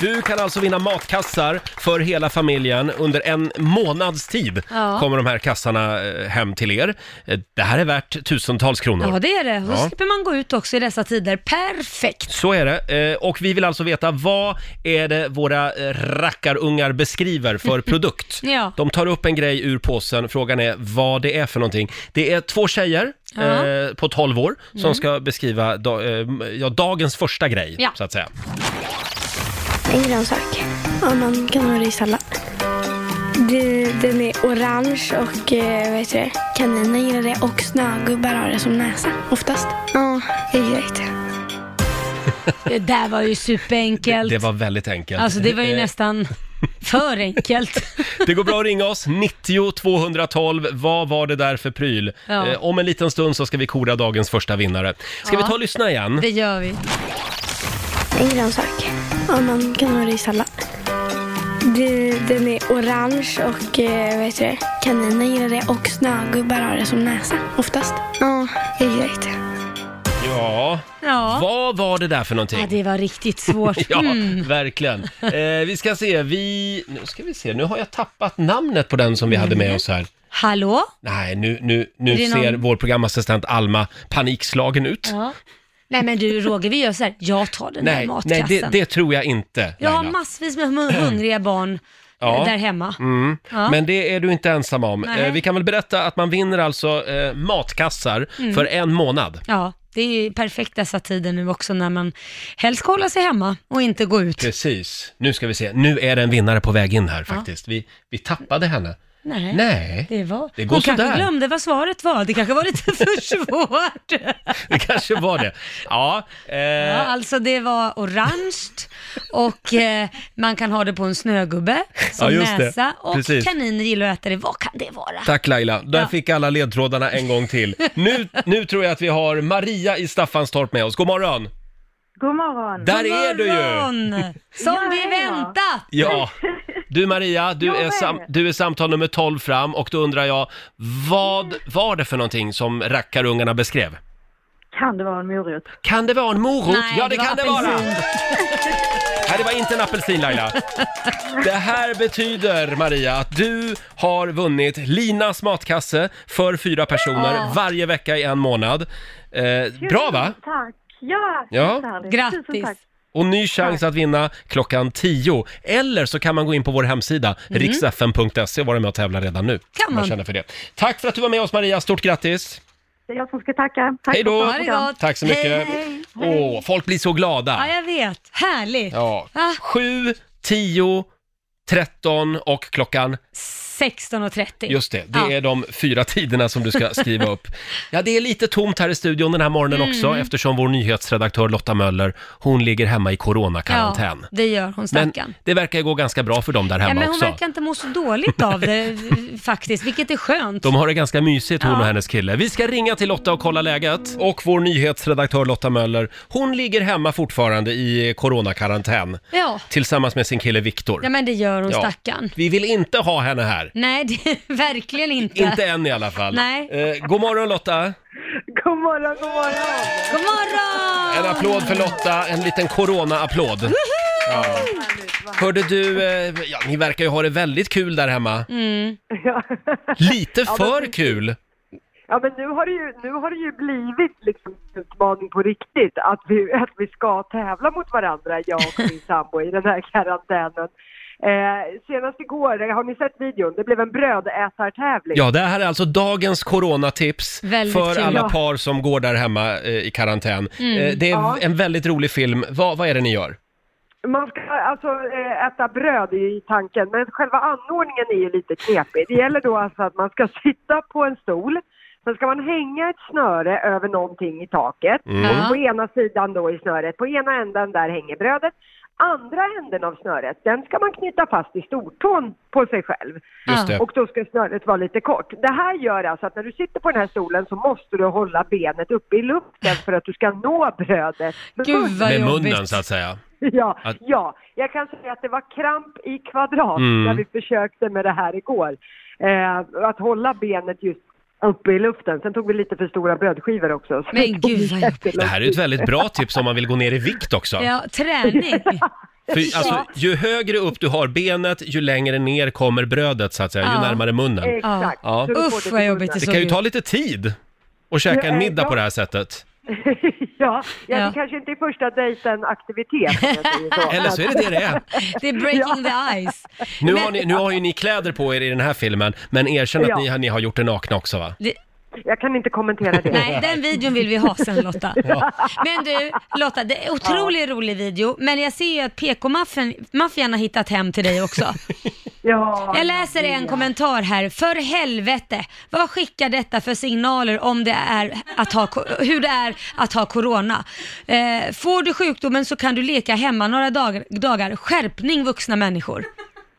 Speaker 1: Du kan alltså vinna matkassar för hela familjen. Under en månads tid
Speaker 3: Ja.
Speaker 1: kommer de här kassarna eh, hem till er. Eh, Det här är värt tusentals kronor.
Speaker 3: Ja det är det. Och så
Speaker 1: Ja.
Speaker 3: slipper man gå ut också i dessa tider. Perfekt.
Speaker 1: Så är det. Eh, Och vi vill alltså veta vad är det våra eh, rackarungar beskriver för produkt?
Speaker 3: Ja.
Speaker 1: De tar upp en grej ur påsen. Frågan är vad det är för någonting. Det är två tjejer
Speaker 3: Ja. Mm.
Speaker 1: eh, på 12 år som ska beskriva da, eh, ja, dagens första grej,
Speaker 3: Ja.
Speaker 1: så att säga.
Speaker 9: En grönsak. Ja, man kan ha det i sallad. Det, den är orange och eh, vad heter det? kaniner gillar det och snögubbar har det som näsa oftast. Ja, exakt.
Speaker 3: Det där var ju superenkelt.
Speaker 1: Det var väldigt enkelt.
Speaker 3: Alltså det var ju
Speaker 1: Eh,
Speaker 3: nästan för enkelt.
Speaker 1: Det går bra att ringa oss, 90 212. Vad var det där för pryl?
Speaker 3: Ja.
Speaker 1: Eh, om en liten stund så ska vi kora dagens första vinnare. Ska vi
Speaker 3: Ja.
Speaker 1: ta och lyssna igen?
Speaker 3: Det gör vi.
Speaker 9: En grönsak. Ja, man kan ha det i sallad. Det, den är orange och eh, vad heter det? kaniner gillar det och snögubbar har det som näsa oftast. Ja, exakt.
Speaker 1: Ja.
Speaker 3: Ja.
Speaker 1: Vad var det där för
Speaker 3: ja,
Speaker 1: någonting?
Speaker 3: det var riktigt svårt.
Speaker 1: Ja,
Speaker 3: Mm.
Speaker 1: verkligen. Eh, vi ska se, vi... Nu ska vi se, nu har jag tappat namnet på den som vi hade med oss här.
Speaker 3: Hallå?
Speaker 1: Nej, nu, nu, nu
Speaker 3: Mm. det någon-
Speaker 1: ser vår programassistent Alma panikslagen ut.
Speaker 3: Ja. Nej men du Roger, vi gör så här. Jag tar den där
Speaker 1: nej, nej
Speaker 3: matkassen.
Speaker 1: det, det tror jag inte,
Speaker 3: Jag har
Speaker 1: Laila.
Speaker 3: massvis med hum- hungriga barn eh,
Speaker 1: Ja.
Speaker 3: där hemma.
Speaker 1: Mm.
Speaker 3: Ja.
Speaker 1: Men det är du inte ensam om.
Speaker 3: Nej.
Speaker 1: Eh, vi kan väl berätta att man vinner alltså eh, matkassar
Speaker 3: Mm.
Speaker 1: för en månad.
Speaker 3: Ja, det är ju perfekt dessa tider nu också när man helst ska hålla sig hemma och inte gå ut.
Speaker 1: Precis. Nu ska vi se. Nu är det en vinnare på väg in här faktiskt. Vi, vi tappade henne.
Speaker 3: Nej.
Speaker 1: Nej,
Speaker 3: Det var...
Speaker 1: Det går
Speaker 3: Hon kanske
Speaker 1: sådär.
Speaker 3: glömde vad svaret var. Det kanske var lite för svårt.
Speaker 1: Eh. det kanske var det. Ja, eh,
Speaker 3: Ja, alltså det var orange och eh, man kan ha det på en snögubbe som
Speaker 1: Ja, just det.
Speaker 3: näsa och
Speaker 1: Precis.
Speaker 3: kaniner gillar att äta det. Vad kan det vara?
Speaker 1: tack Laila. Där
Speaker 3: Ja.
Speaker 1: fick alla ledtrådarna en gång till. Nu, nu tror jag att vi har Maria i Staffanstorp med oss. God morgon!
Speaker 6: God morgon.
Speaker 1: Där är du ju!
Speaker 3: Morgon! Som vi
Speaker 6: Ja, ja.
Speaker 3: väntat!
Speaker 1: Ja. Du Maria, du
Speaker 6: Jag
Speaker 1: är,
Speaker 6: med.
Speaker 1: sam- du är samtal nummer 12 fram och då undrar jag, vad var det för någonting som rackarungarna beskrev?
Speaker 6: Kan det vara en morot?
Speaker 1: Kan det vara en morot?
Speaker 3: Nej,
Speaker 1: ja, det,
Speaker 3: det var
Speaker 1: kan det vara!
Speaker 3: apelsin.
Speaker 1: Nej, det var inte en apelsin Laila. Det här betyder Maria att du har vunnit Linas matkasse för fyra personer varje vecka i en månad. Eh, bra va?
Speaker 6: Tack. Ja,
Speaker 1: Ja.
Speaker 6: helt härligt.
Speaker 3: Grattis.
Speaker 6: Tusen tack.
Speaker 1: Och ny chans att vinna klockan 10. Eller så kan man gå in på vår hemsida, riksfn.se och vara med och tävla redan nu.
Speaker 3: Mhm. Kan man.
Speaker 1: Känner för det. Tack för att du var med oss Maria, stort grattis!
Speaker 6: Det är jag som ska tacka. Tack
Speaker 1: Hej då!
Speaker 6: för
Speaker 3: Ha det
Speaker 6: frågan.
Speaker 3: gott!
Speaker 1: Tack så mycket!
Speaker 3: Hej.
Speaker 1: Åh, folk blir så glada!
Speaker 3: Ja, jag vet. Härligt!
Speaker 1: Ja.
Speaker 3: Ah.
Speaker 1: 7, 10, 13 och klockan,
Speaker 3: 16.30.
Speaker 1: just det, det
Speaker 3: Ja.
Speaker 1: är de fyra tiderna som du ska skriva upp. Ja, det är lite tomt här i studion den här morgonen
Speaker 3: Mm.
Speaker 1: också eftersom vår nyhetsredaktör Lotta Möller, hon ligger hemma i coronakarantän.
Speaker 3: Ja, det gör hon
Speaker 1: Men
Speaker 3: stackarn.
Speaker 1: det verkar gå ganska bra för dem där
Speaker 3: Ja,
Speaker 1: hemma
Speaker 3: men hon
Speaker 1: också.
Speaker 3: verkar inte må så dåligt av det faktiskt, vilket är skönt.
Speaker 1: De har det ganska mysigt hon
Speaker 3: Ja.
Speaker 1: och hennes kille. Vi ska ringa till Lotta och kolla läget. Och vår nyhetsredaktör Lotta Möller, hon ligger hemma fortfarande i coronakarantän.
Speaker 3: Ja.
Speaker 1: Tillsammans med sin kille Viktor.
Speaker 3: ja, men det gör hon
Speaker 1: Ja.
Speaker 3: stackarn.
Speaker 1: Vi vill inte ha henne här.
Speaker 3: Nej, det, verkligen inte.
Speaker 1: Inte än i alla fall.
Speaker 3: Nej.
Speaker 1: Eh, god morgon Lotta!
Speaker 6: God morgon, god morgon.
Speaker 3: God morgon!
Speaker 1: En applåd för Lotta, en liten corona-applåd. Ja. Hörde du, eh, ja, ni verkar ju ha det väldigt kul där hemma.
Speaker 6: Ja.
Speaker 1: Lite för kul!
Speaker 6: Ja, men nu har det ju, nu har det ju blivit liksom en utmaning på riktigt att vi, att vi ska tävla mot varandra, jag och min sambo, i den här karantänen. Eh, senast igår, har ni sett videon? Det blev en brödätartävling.
Speaker 1: Ja, det här är alltså dagens coronatips
Speaker 3: Väldigt
Speaker 1: för
Speaker 3: kul.
Speaker 1: alla
Speaker 3: Ja. Mm.
Speaker 1: par som går där hemma eh, i karantän. Eh, det är
Speaker 6: Ja.
Speaker 1: en väldigt rolig film. Va, vad är det ni gör?
Speaker 6: Man ska alltså eh, äta bröd i tanken, men själva anordningen är ju lite knepig. Det gäller då alltså att man ska sitta på en stol, sen ska man hänga ett snöre över någonting i taket.
Speaker 3: Ja.
Speaker 6: På ena sidan då i snöret, på ena änden där hänger brödet. Andra änden av snöret, den ska man knyta fast i stortån på sig själv.
Speaker 1: Just det.
Speaker 6: Och då ska snöret vara lite kort. Det här gör alltså att när du sitter på den här stolen så måste du hålla benet uppe i luften för att du ska nå brödet. med
Speaker 3: Ah, Gud,
Speaker 6: munnen.
Speaker 3: vad
Speaker 1: Med
Speaker 3: jobbigt.
Speaker 1: munnen så att säga.
Speaker 6: Ja,
Speaker 1: Att-
Speaker 6: ja, jag kan säga att det var kramp i kvadrat
Speaker 1: Mm.
Speaker 6: när vi försökte med det här igår. Eh, att hålla benet just uppe i luften. Sen tog vi lite för stora brödskivor också. Så
Speaker 3: Men gud, vad jobbigt.
Speaker 1: Det här är ju ett väldigt bra tips om man vill gå ner i vikt också.
Speaker 3: Ja, träning.
Speaker 1: För, alltså, ju högre upp du har benet, ju längre ner kommer brödet så att säga,
Speaker 3: Ja.
Speaker 1: ju närmare munnen.
Speaker 6: Exakt.
Speaker 1: Ja.
Speaker 6: Så du får
Speaker 3: Uff,
Speaker 6: det
Speaker 3: vad
Speaker 6: till
Speaker 3: jobbigt
Speaker 6: munnen.
Speaker 1: Det kan ju ta lite tid att käka en
Speaker 6: Ja,
Speaker 1: middag
Speaker 6: ja.
Speaker 1: på det här sättet.
Speaker 6: ja, ja,
Speaker 3: Ja.
Speaker 6: det kanske inte är första dejten-aktivitet. om jag säger så.
Speaker 1: Eller så är det det det är.
Speaker 3: Det är breaking the ice.
Speaker 1: Nu
Speaker 3: Men-
Speaker 1: har, ni, nu har ju ni kläder på er i den här filmen, men erkänn att
Speaker 6: Ja.
Speaker 1: ni, ni har gjort det nakna också va?
Speaker 3: Det,
Speaker 6: Jag kan inte kommentera det.
Speaker 3: nej, den videon vill vi ha sen Lotta. Men du, Lotta, det är otroligt rolig video, men jag ser ju att PK-maffian har hittat hem till dig också.
Speaker 6: Ja,
Speaker 3: Jag läser en kommentar här. För helvete, vad skickar detta för signaler om det är att ha, ko- hur det är att ha corona? Eh, får du sjukdomen så kan du leka hemma några dagar. dagar. Skärpning vuxna människor.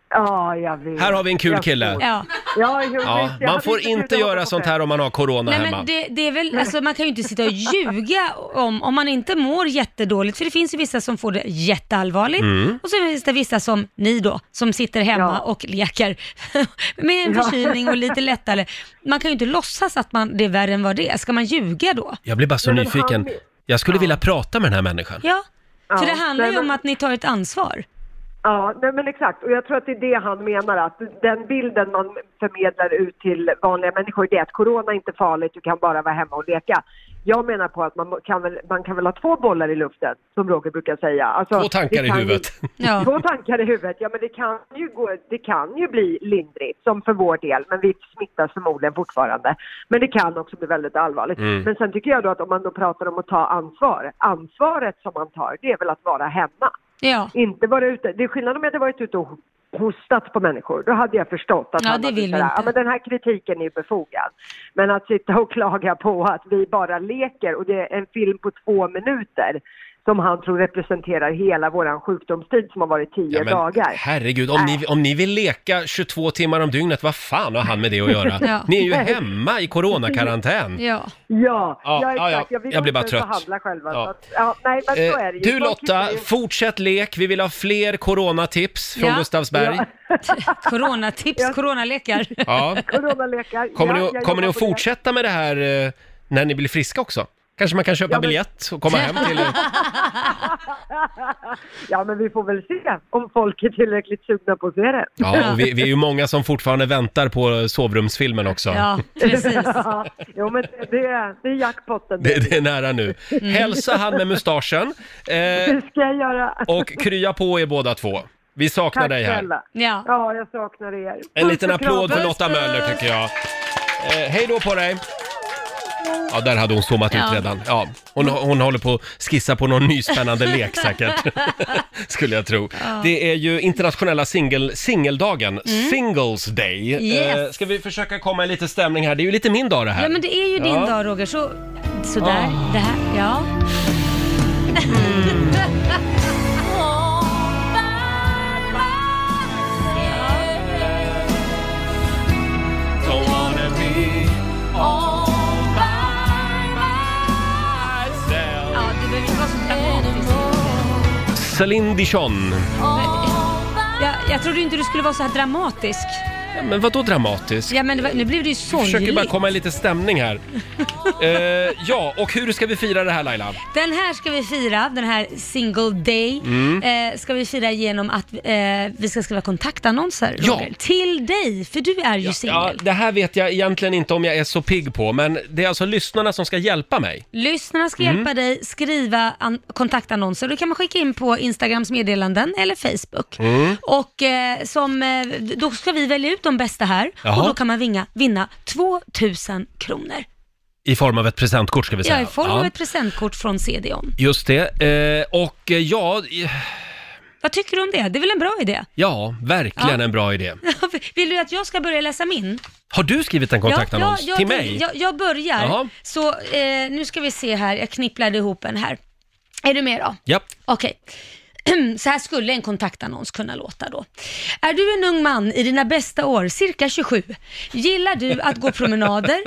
Speaker 6: ja, jag vet.
Speaker 1: Här har vi en kul
Speaker 6: Jag
Speaker 1: kille.
Speaker 6: förstår.
Speaker 3: Ja.
Speaker 6: Ja, jag
Speaker 1: Ja,
Speaker 6: vet. Jag
Speaker 1: man
Speaker 6: hade
Speaker 1: får
Speaker 6: bjudit
Speaker 1: inte
Speaker 6: honom
Speaker 1: göra
Speaker 6: på
Speaker 1: sånt
Speaker 6: fest.
Speaker 1: här om man har corona
Speaker 3: Nej,
Speaker 1: hemma.
Speaker 3: men det, det är väl, alltså, man kan ju inte sitta och ljuga om, om man inte mår jättedåligt, för det finns ju vissa som får det jätteallvarligt och så finns det vissa som ni då, som sitter hemma
Speaker 6: Ja.
Speaker 3: och leker med en förkylning och lite lättare. Man kan ju inte låtsas att man, det är värre än vad det är. Ska man ljuga då?
Speaker 1: Jag blir bara så
Speaker 6: Nej, men han-
Speaker 1: nyfiken. Jag skulle vilja prata med den här människan.
Speaker 3: Ja, för
Speaker 6: Ja,
Speaker 3: det handlar
Speaker 6: nej,
Speaker 3: ju om
Speaker 6: men-
Speaker 3: att ni tar ett ansvar.
Speaker 6: Ja, nej men exakt. Och jag tror att det är det han menar, att den bilden man förmedlar ut till vanliga människor, det är att corona är inte farligt, du kan bara vara hemma och leka. Jag menar på att man kan väl, man kan väl ha två bollar i luften, som Roger brukar säga. Alltså,
Speaker 1: Två tankar
Speaker 6: det
Speaker 1: i
Speaker 6: kan
Speaker 1: huvudet.
Speaker 6: Ju,
Speaker 3: Ja.
Speaker 6: två tankar i huvudet, ja men det kan, ju gå, det kan ju bli lindrigt, som för vår del, men vi smittas förmodligen fortfarande. Men det kan också bli väldigt allvarligt.
Speaker 1: Mm.
Speaker 6: Men sen tycker jag då att om man då pratar om att ta ansvar, ansvaret som man tar, det är väl att vara hemma
Speaker 3: Ja.
Speaker 6: inte vara ute. Det är skillnad om jag hade varit ute och hostat på människor. Då hade jag förstått att
Speaker 3: Ja,
Speaker 6: han
Speaker 3: det
Speaker 6: hade
Speaker 3: vill vi
Speaker 6: sådär,
Speaker 3: inte.
Speaker 6: ja, men den här kritiken är befogad. Men att sitta och klaga på att vi bara leker och det är en film på två minuter som han tror representerar hela våran sjukdomstid som har varit tio
Speaker 1: Ja, men,
Speaker 6: dagar.
Speaker 1: herregud, om ni, om ni vill leka 22 timmar om dygnet, vad fan har han med det att göra?
Speaker 3: Ja.
Speaker 1: Ni är ju hemma i coronakarantän.
Speaker 3: Ja.
Speaker 6: Ja,
Speaker 1: Ja,
Speaker 6: ja,
Speaker 1: ja, ja.
Speaker 6: exakt. vi
Speaker 1: Jag blir bara
Speaker 6: måste
Speaker 1: trött.
Speaker 6: förhandla själva.
Speaker 1: Ja.
Speaker 6: Så att, ja, nej, men så är
Speaker 1: Eh,
Speaker 6: det ju.
Speaker 1: du
Speaker 6: Folk
Speaker 1: Lotta,
Speaker 6: hittar ju-
Speaker 1: fortsätt lek. Vi vill ha fler coronatips från
Speaker 3: Ja.
Speaker 1: Gustavsberg. Ja.
Speaker 3: Coronatips, coronalekar.
Speaker 6: Coronalekar.
Speaker 1: Kommer,
Speaker 6: Ja,
Speaker 1: ni,
Speaker 6: jag
Speaker 1: att- kommer ni
Speaker 6: jobbar
Speaker 1: att
Speaker 6: på det.
Speaker 1: fortsätta med det här eh, när ni blir friska också? Kanske man kan köpa
Speaker 6: Ja, men-
Speaker 1: biljett och komma hem till...
Speaker 6: Ja, men vi får väl se om folk är tillräckligt sugna på att se det.
Speaker 1: Ja, och vi, vi är ju många som fortfarande väntar på sovrumsfilmen också.
Speaker 3: Ja, precis.
Speaker 6: Ja, jo men det, det är, det är jackpotten.
Speaker 1: Det, det är nära nu.
Speaker 6: Mm.
Speaker 1: Hälsa han med mustaschen eh,
Speaker 6: Det ska jag göra.
Speaker 1: och krya på er båda två. Vi saknar
Speaker 6: Tack
Speaker 1: dig här.
Speaker 6: snälla.
Speaker 3: Ja.
Speaker 6: Ja, jag saknar er.
Speaker 1: En liten
Speaker 6: Puss och kram.
Speaker 1: applåd för
Speaker 3: Puss,
Speaker 1: Lotta
Speaker 3: puss.
Speaker 1: Möller tycker jag. Eh, hej då på dig! Ja, där hade hon zoomat
Speaker 3: Ja.
Speaker 1: ut redan. Ja, hon, hon håller på att skissa på någon ny spännande lek säkert. Skulle jag tro. Det är ju internationella singel, singeldagen, Singles Day.
Speaker 3: Mm.
Speaker 1: Eh,
Speaker 3: Yes.
Speaker 1: ska vi försöka komma i lite stämning här? Det är ju lite min dag det här.
Speaker 3: ja, men det är ju din
Speaker 1: Ja.
Speaker 3: dag Roger, så sådär, det här, ja. Ja, det behöver inte vara så dramatiskt.
Speaker 1: Céline Dion.
Speaker 3: Jag, jag trodde inte du skulle vara så här dramatisk.
Speaker 1: Ja, men vadå dramatisk?
Speaker 3: Ja, men det var, nu blev det ju
Speaker 1: Jag försöker bara
Speaker 3: sorgligt.
Speaker 1: komma i lite stämning här. Eh, ja, och hur ska vi fira det här Laila?
Speaker 3: Den här ska vi fira, den här single day,
Speaker 1: Mm.
Speaker 3: eh, ska vi fira genom att eh, vi ska skriva kontaktannonser
Speaker 1: Ja.
Speaker 3: Roger, till dig, för du är ju
Speaker 1: Ja,
Speaker 3: singel.
Speaker 1: det här vet jag egentligen inte om jag är så pigg på, men det är alltså lyssnarna som ska hjälpa mig.
Speaker 3: Lyssnarna
Speaker 1: Mm.
Speaker 3: ska hjälpa dig skriva an- kontaktannonser. Det kan man skicka in på Instagrams meddelanden eller Facebook.
Speaker 1: Mm.
Speaker 3: Och eh, som, eh, då ska vi välja ut de bästa här
Speaker 1: Jaha.
Speaker 3: och då kan man vinga, vinna 2000 kronor.
Speaker 1: I form av ett presentkort ska vi säga.
Speaker 3: Ja, i form av
Speaker 1: Ja,
Speaker 3: ett presentkort från CDON.
Speaker 1: Just det. Eh, och eh, ja, eh,
Speaker 3: Vad tycker du om det? Det är väl en bra idé?
Speaker 1: ja, verkligen
Speaker 3: Ja.
Speaker 1: en bra idé.
Speaker 3: Vill du att jag ska börja läsa min?
Speaker 1: Har du skrivit en kontaktannons
Speaker 3: jag,
Speaker 1: till
Speaker 3: tänk-
Speaker 1: mig?
Speaker 3: Jag, jag börjar.
Speaker 1: Jaha.
Speaker 3: Så eh, nu ska vi se här, jag knipplade ihop en här. Är du med då?
Speaker 1: Japp.
Speaker 3: Okej. Så här skulle en kontaktannons kunna låta då. Är du en ung man i dina bästa år, cirka 27? Gillar du att gå promenader,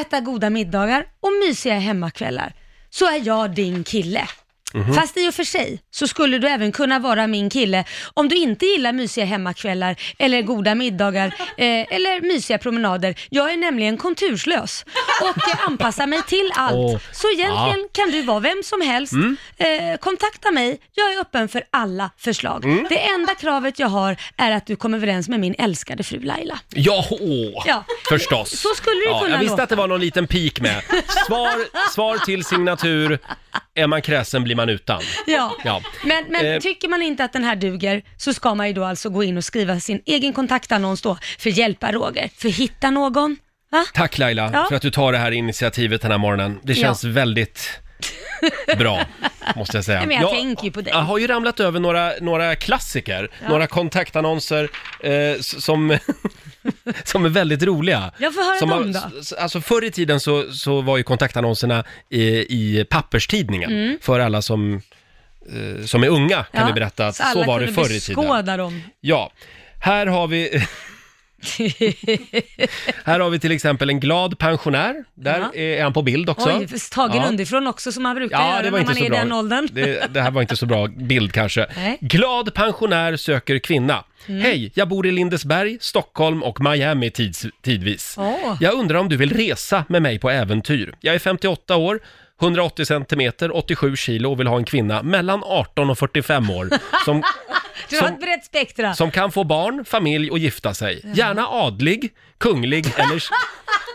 Speaker 3: äta goda middagar och mysiga hemmakvällar? Så är jag din kille.
Speaker 10: Mhm.
Speaker 3: Fast i och för sig så skulle du även kunna vara min kille om du inte gillar mysiga hemmakvällar eller goda middagar eh, eller mysiga promenader. Jag är nämligen konturslös och eh, anpassar mig till allt.
Speaker 10: Åh.
Speaker 3: Så egentligen
Speaker 10: Ja.
Speaker 3: kan du vara vem som helst.
Speaker 10: Mm.
Speaker 3: Eh, kontakta mig, jag är öppen för alla förslag.
Speaker 1: Mm.
Speaker 3: Det enda kravet jag har är att du kommer överens med min älskade fru Laila.
Speaker 1: Ja,
Speaker 3: Ja.
Speaker 1: förstås.
Speaker 3: Så skulle det kunna
Speaker 1: Jag visste
Speaker 3: låta.
Speaker 1: att det var någon liten pik med. Svar, svar till signatur. Är man kräsen blir man utan.
Speaker 3: Ja.
Speaker 1: Ja.
Speaker 3: Men, men
Speaker 1: Eh,
Speaker 3: tycker man inte att den här duger så ska man ju då alltså gå in och skriva sin egen kontaktannons då för hjälpa Roger, för hitta någon. Va?
Speaker 1: Tack Laila
Speaker 3: Ja.
Speaker 1: för att du tar det här initiativet den här morgonen. Det känns väldigt bra, måste jag säga.
Speaker 3: Nej, men jag tänker ju på dig.
Speaker 1: jag har ju ramlat över några, några klassiker,
Speaker 3: Ja.
Speaker 1: några kontaktannonser eh, s- som, som är väldigt roliga.
Speaker 3: Jag får höra
Speaker 1: som
Speaker 3: dem
Speaker 1: har-
Speaker 3: då.
Speaker 1: s- Alltså förr i tiden så, så var ju kontaktannonserna i, i papperstidningen
Speaker 3: Mm.
Speaker 1: för alla som, eh, som är unga, kan vi berätta att så,
Speaker 3: alla
Speaker 1: var det
Speaker 3: kunde
Speaker 1: förr i tiden.
Speaker 3: beskåda dem.
Speaker 1: Ja, här har vi... här har vi till exempel en glad pensionär. Där
Speaker 3: Ja.
Speaker 1: är han på bild också.
Speaker 3: Oj, fast tagen
Speaker 1: Ja.
Speaker 3: underifrån också som man brukar
Speaker 1: Ja,
Speaker 3: göra
Speaker 1: det var
Speaker 3: när
Speaker 1: inte
Speaker 3: man
Speaker 1: så
Speaker 3: är
Speaker 1: bra.
Speaker 3: i den åldern.
Speaker 1: Det, det här var inte så bra bild kanske.
Speaker 3: Nej.
Speaker 1: Glad pensionär söker kvinna.
Speaker 3: Mm.
Speaker 1: Hej, jag bor i Lindesberg, Stockholm och Miami tids, tidvis.
Speaker 3: Åh.
Speaker 1: Jag undrar om du vill resa med mig på äventyr. Jag är 58 år, 180 centimeter, 87 kilo och vill ha en kvinna mellan 18 och 45 år som
Speaker 3: Du har
Speaker 1: som-
Speaker 3: ett brett spektra.
Speaker 1: som kan få barn, familj och gifta sig. Gärna adlig, kunglig eller,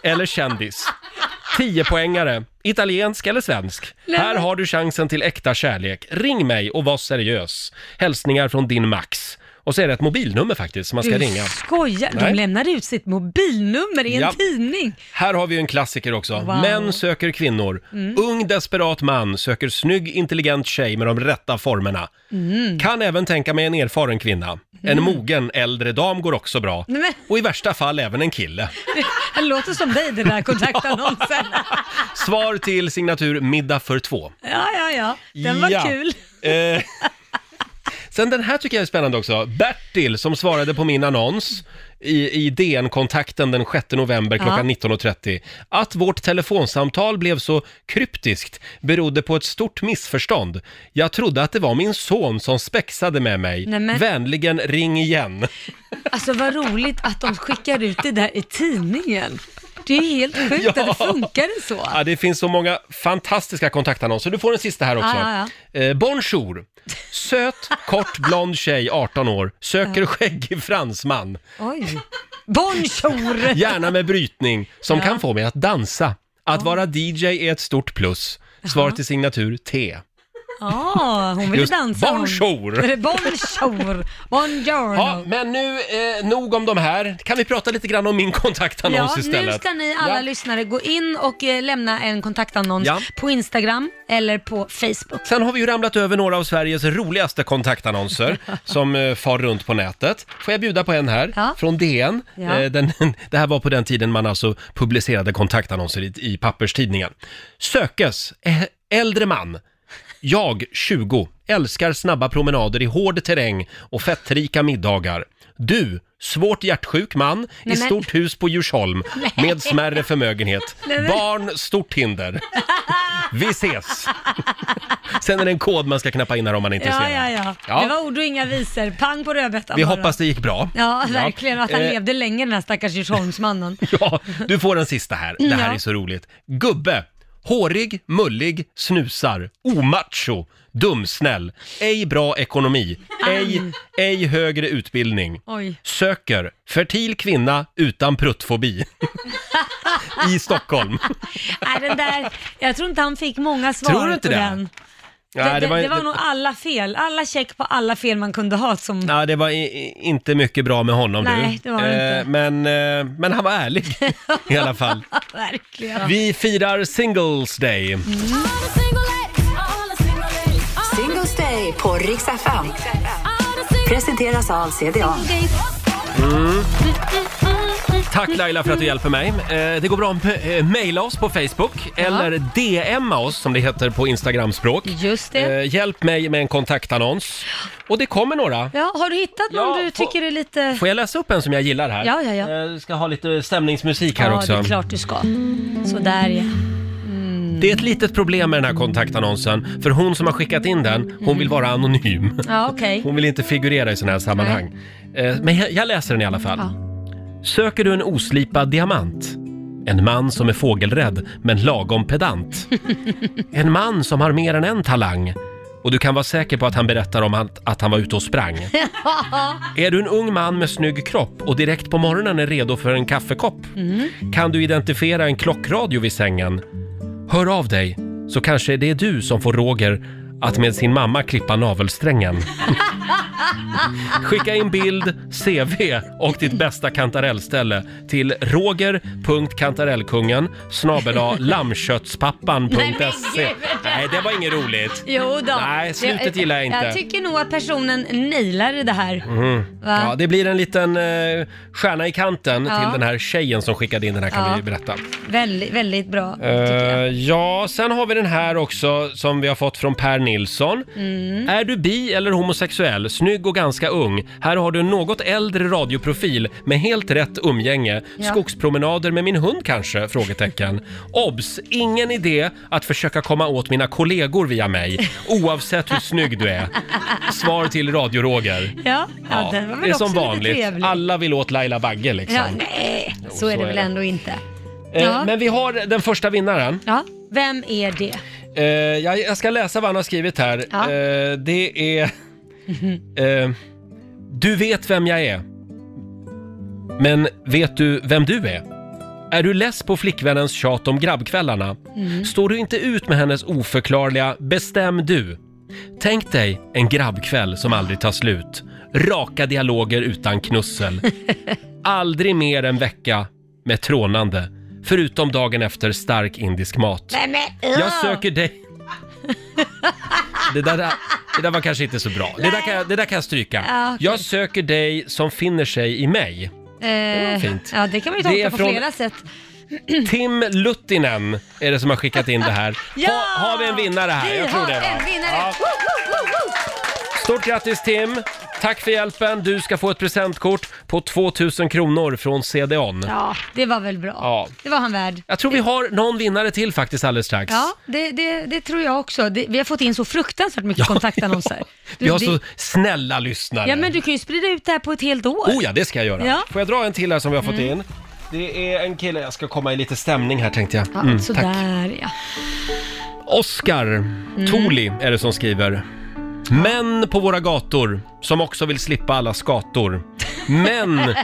Speaker 1: eller kändis. 10 poängare. Italiensk eller svensk?
Speaker 4: Nej,
Speaker 1: Här
Speaker 4: men-
Speaker 1: har du chansen till äkta kärlek. Ring mig och var seriös. Hälsningar från din Max. Och så är det ett mobilnummer faktiskt som man ska
Speaker 3: du
Speaker 1: ringa.
Speaker 3: skojar,
Speaker 1: Nej.
Speaker 3: de lämnade ut sitt mobilnummer i en
Speaker 1: Ja.
Speaker 3: tidning.
Speaker 1: Här har vi ju en klassiker också.
Speaker 3: Wow.
Speaker 1: Män söker kvinnor.
Speaker 3: Mm.
Speaker 1: Ung desperat man söker snygg intelligent tjej med de rätta formerna.
Speaker 3: Mm.
Speaker 1: Kan även tänka mig en erfaren kvinna. En
Speaker 3: Mm.
Speaker 1: mogen äldre dam går också bra.
Speaker 3: Nej, men-
Speaker 1: Och i värsta fall även en kille.
Speaker 3: Det låter som dig den där kontaktannonsen.
Speaker 1: Svar till signatur middag för två.
Speaker 3: Ja, ja, ja. Den var
Speaker 1: Ja.
Speaker 3: kul.
Speaker 1: Eh, sen den här tycker jag är spännande också. Bertil som svarade på min annons i, i DN-kontakten den 6 november klockan
Speaker 4: Ja.
Speaker 1: 19.30. Att vårt telefonsamtal blev så kryptiskt berodde på ett stort missförstånd. Jag trodde att det var min son som spexade med mig.
Speaker 3: Nej, men-
Speaker 1: Vänligen ring igen.
Speaker 3: Alltså vad roligt att de skickar ut det där i tidningen. Det är ju helt sjukt att det funkade så.
Speaker 1: Ja, det finns så många fantastiska kontaktannonser. Du får den sista här också.
Speaker 3: Ja,
Speaker 1: Eh, bonjour! Söt, kort, blond tjej, 18 år. Söker skäggig fransman.
Speaker 3: Oj. Bonjour!
Speaker 1: Gärna med brytning, som
Speaker 3: Ja.
Speaker 1: kan få mig att dansa. Att vara DJ är ett stort plus. Svar
Speaker 3: Jaha.
Speaker 1: till signatur T.
Speaker 3: Ja, hon ville
Speaker 1: Just
Speaker 3: dansa hon.
Speaker 1: bonjour.
Speaker 3: Eller Bonjour! Bonjour!
Speaker 1: Ja, men nu, eh, nog om de här. Kan vi prata lite grann om min kontaktannons
Speaker 3: Ja,
Speaker 1: istället?
Speaker 3: nu ska ni alla
Speaker 1: Ja.
Speaker 3: lyssnare gå in och eh, lämna en kontaktannons
Speaker 1: Ja.
Speaker 3: på Instagram eller på Facebook.
Speaker 1: Sen har vi ju ramlat över några av Sveriges roligaste kontaktannonser som eh, far runt på nätet. Får jag bjuda på en här från DN?
Speaker 4: Ja.
Speaker 1: Eh, den, det här var på den tiden man alltså publicerade kontaktannonser i, i papperstidningen. Sökes, Ä- äldre man. Jag, 20, älskar snabba promenader i hård terräng och fettrika middagar. Du, svårt hjärtsjuk man
Speaker 4: Nej,
Speaker 1: i
Speaker 4: men-
Speaker 1: stort hus på Djursholm
Speaker 4: Nej.
Speaker 1: med smärre förmögenhet.
Speaker 4: Nej, men-
Speaker 1: Barn, stort hinder. Vi ses! Sen är det en kod man ska knappa in här om man är
Speaker 3: Ja,
Speaker 1: intresserad.
Speaker 3: ja, ja,
Speaker 1: Ja.
Speaker 3: Det var ord och inga visor. Pang på rödbetan
Speaker 1: Vi
Speaker 3: bara.
Speaker 1: hoppas det gick bra.
Speaker 3: Ja, verkligen. Och att han
Speaker 1: Eh,
Speaker 3: levde länge den här stackars Djursholmsmannen.
Speaker 1: Ja, du får den sista här. Det här
Speaker 3: Ja.
Speaker 1: är så roligt. Gubbe, hårig, mullig, snusar, omacho, dumsnäll, ej bra ekonomi, ej, ej högre utbildning.
Speaker 3: Oj.
Speaker 1: Söker fertil kvinna utan pruttfobi. I Stockholm.
Speaker 3: Nej, den där, jag tror inte han fick många svar
Speaker 1: Tror du inte
Speaker 3: på
Speaker 1: det?
Speaker 3: den.
Speaker 1: Nej,
Speaker 3: det, det, var, det var
Speaker 1: det-
Speaker 3: nog alla fel. Alla check på alla fel man kunde ha som...
Speaker 1: Ja, det var i, i, inte mycket bra med honom
Speaker 3: Nej,
Speaker 1: du.
Speaker 3: det var det
Speaker 1: Eh, men, eh, men han var ärlig i alla fall.
Speaker 3: Verkligen.
Speaker 1: Vi firar Singles Day.
Speaker 3: Mm.
Speaker 5: Singles Day på Rix FM. Presenteras av CDON.
Speaker 1: Mm. Tack Laila för att du hjälper mig. Eh, Det går bra att eh, mejla oss på Facebook eller DMa oss som det heter på Instagramspråk.
Speaker 3: Just det.
Speaker 1: Eh, Hjälp mig med en kontaktannons. Och det kommer några.
Speaker 3: Ja, har du hittat
Speaker 1: Ja,
Speaker 3: någon du
Speaker 1: får-
Speaker 3: tycker är lite...
Speaker 1: Får jag läsa upp en som jag gillar här?
Speaker 3: Ja, ja, ja.
Speaker 1: Eh, Ska ha lite stämningsmusik här
Speaker 3: ja,
Speaker 1: också.
Speaker 3: det är klart du ska. Sådär ja.
Speaker 1: Det är ett litet problem med den här kontaktannonsen, för hon som har skickat in den, hon vill vara anonym.
Speaker 3: Ja, okej.
Speaker 1: Hon vill inte figurera i sådana här sammanhang. Eh, Men jag- jag läser den i alla fall. Söker du en oslipad diamant? En man som är fågelrädd, men lagom pedant. En man som har mer än en talang. Och du kan vara säker på att han berättar om att, att han var ute och sprang. Är du en ung man med snygg kropp och direkt på morgonen är redo för en kaffekopp?
Speaker 3: Mm.
Speaker 1: Kan du identifiera en klockradio vid sängen? Hör av dig, så kanske det är du som får Roger att med sin mamma klippa navelsträngen. Skicka in bild, CV och ditt bästa kantarellställe till roger.kantarellkungen snabel
Speaker 3: Nej, men
Speaker 1: lammköttspappan.se
Speaker 3: gud!
Speaker 1: E. Nej, det var inget roligt.
Speaker 3: Jo då.
Speaker 1: Nej, slutet
Speaker 3: Jag-
Speaker 1: gillar jag inte.
Speaker 3: Jag tycker nog att personen nailade det här.
Speaker 1: Mm.
Speaker 3: Va?
Speaker 1: Ja, det blir en liten eh, stjärna i kanten
Speaker 3: Ja.
Speaker 1: till den här tjejen som skickade in den här kan
Speaker 3: Ja.
Speaker 1: vi berätta.
Speaker 3: Väldigt, väldigt bra.
Speaker 1: Eh, ja, sen har vi den här också som vi har fått från Per Nilsson.
Speaker 3: Mm.
Speaker 1: Är du bi eller homosexuell, snygg och ganska ung? Här har du en något äldre radioprofil med helt rätt umgänge.
Speaker 3: Ja.
Speaker 1: Skogspromenader med min hund kanske? Frågetecken. Obs! Ingen idé att försöka komma åt mina kollegor via mig, oavsett hur snygg du är. Svar till Radio Roger.
Speaker 3: Ja, ja, den var väl
Speaker 1: det är
Speaker 3: också
Speaker 1: som
Speaker 3: lite
Speaker 1: vanligt.
Speaker 3: trevlig.
Speaker 1: Alla vill åt Laila Bagge liksom.
Speaker 3: Ja, nej, så, är
Speaker 1: så
Speaker 3: det
Speaker 1: är
Speaker 3: väl
Speaker 1: det.
Speaker 3: ändå inte.
Speaker 1: Eh,
Speaker 3: Ja.
Speaker 1: Men vi har den första vinnaren.
Speaker 3: Ja, vem är det?
Speaker 1: Eh, jag, jag ska läsa vad han har skrivit här.
Speaker 3: Ja.
Speaker 1: Eh, det är... Eh, du vet vem jag är. Men vet du vem du är? Är du less på flickvännens tjat om grabbkvällarna?
Speaker 4: Mm.
Speaker 1: Står du inte ut med hennes oförklarliga “bestäm du”? Tänk dig en grabbkväll som aldrig tar slut. Raka dialoger utan knussel. Aldrig mer en vecka med trånande. Förutom dagen efter stark indisk mat.
Speaker 3: Vem är
Speaker 1: Jag söker dig. Det där, det där var kanske inte så bra. Det där kan, jag- det där kan jag stryka.
Speaker 3: Ja, okej.
Speaker 1: Jag söker dig som finner sig i mig.
Speaker 3: Eh,
Speaker 1: fint.
Speaker 3: Ja, det kan man
Speaker 1: Det
Speaker 3: ju tolka
Speaker 1: är
Speaker 3: på
Speaker 1: från-
Speaker 3: flera sätt.
Speaker 1: Tim Luttinen är det som har skickat in det här.
Speaker 3: Ja!
Speaker 1: Ha, har vi en vinnare här?
Speaker 3: Vi
Speaker 1: Jag tror
Speaker 3: har
Speaker 1: det va?
Speaker 3: en vinnare!
Speaker 1: Ja.
Speaker 3: Woo, woo, woo, woo.
Speaker 1: Stort grattis Tim! Tack för hjälpen. Du ska få ett presentkort på 2000 kronor från CDON.
Speaker 3: Ja, det var väl bra.
Speaker 1: Ja.
Speaker 3: Det var han värd.
Speaker 1: Jag tror vi har någon vinnare till faktiskt alldeles strax.
Speaker 3: Ja, det, det, det tror jag också. Det, vi har fått in så fruktansvärt mycket kontaktannonser. Du,
Speaker 1: Vi har
Speaker 3: det-
Speaker 1: så snälla lyssnare.
Speaker 3: Ja, men du kan ju sprida ut det här på ett helt år.
Speaker 1: Oh ja, det ska jag göra.
Speaker 3: Ja.
Speaker 1: Får jag dra en till här som vi har fått
Speaker 3: Mm.
Speaker 1: in? Det är en kille, jag ska komma i lite stämning här tänkte jag.
Speaker 3: Ja,
Speaker 1: Mm, tack.
Speaker 3: sådär ja.
Speaker 1: Oskar
Speaker 4: Mm.
Speaker 1: Tholi är det som skriver. Män på våra gator som också vill slippa alla skator. Män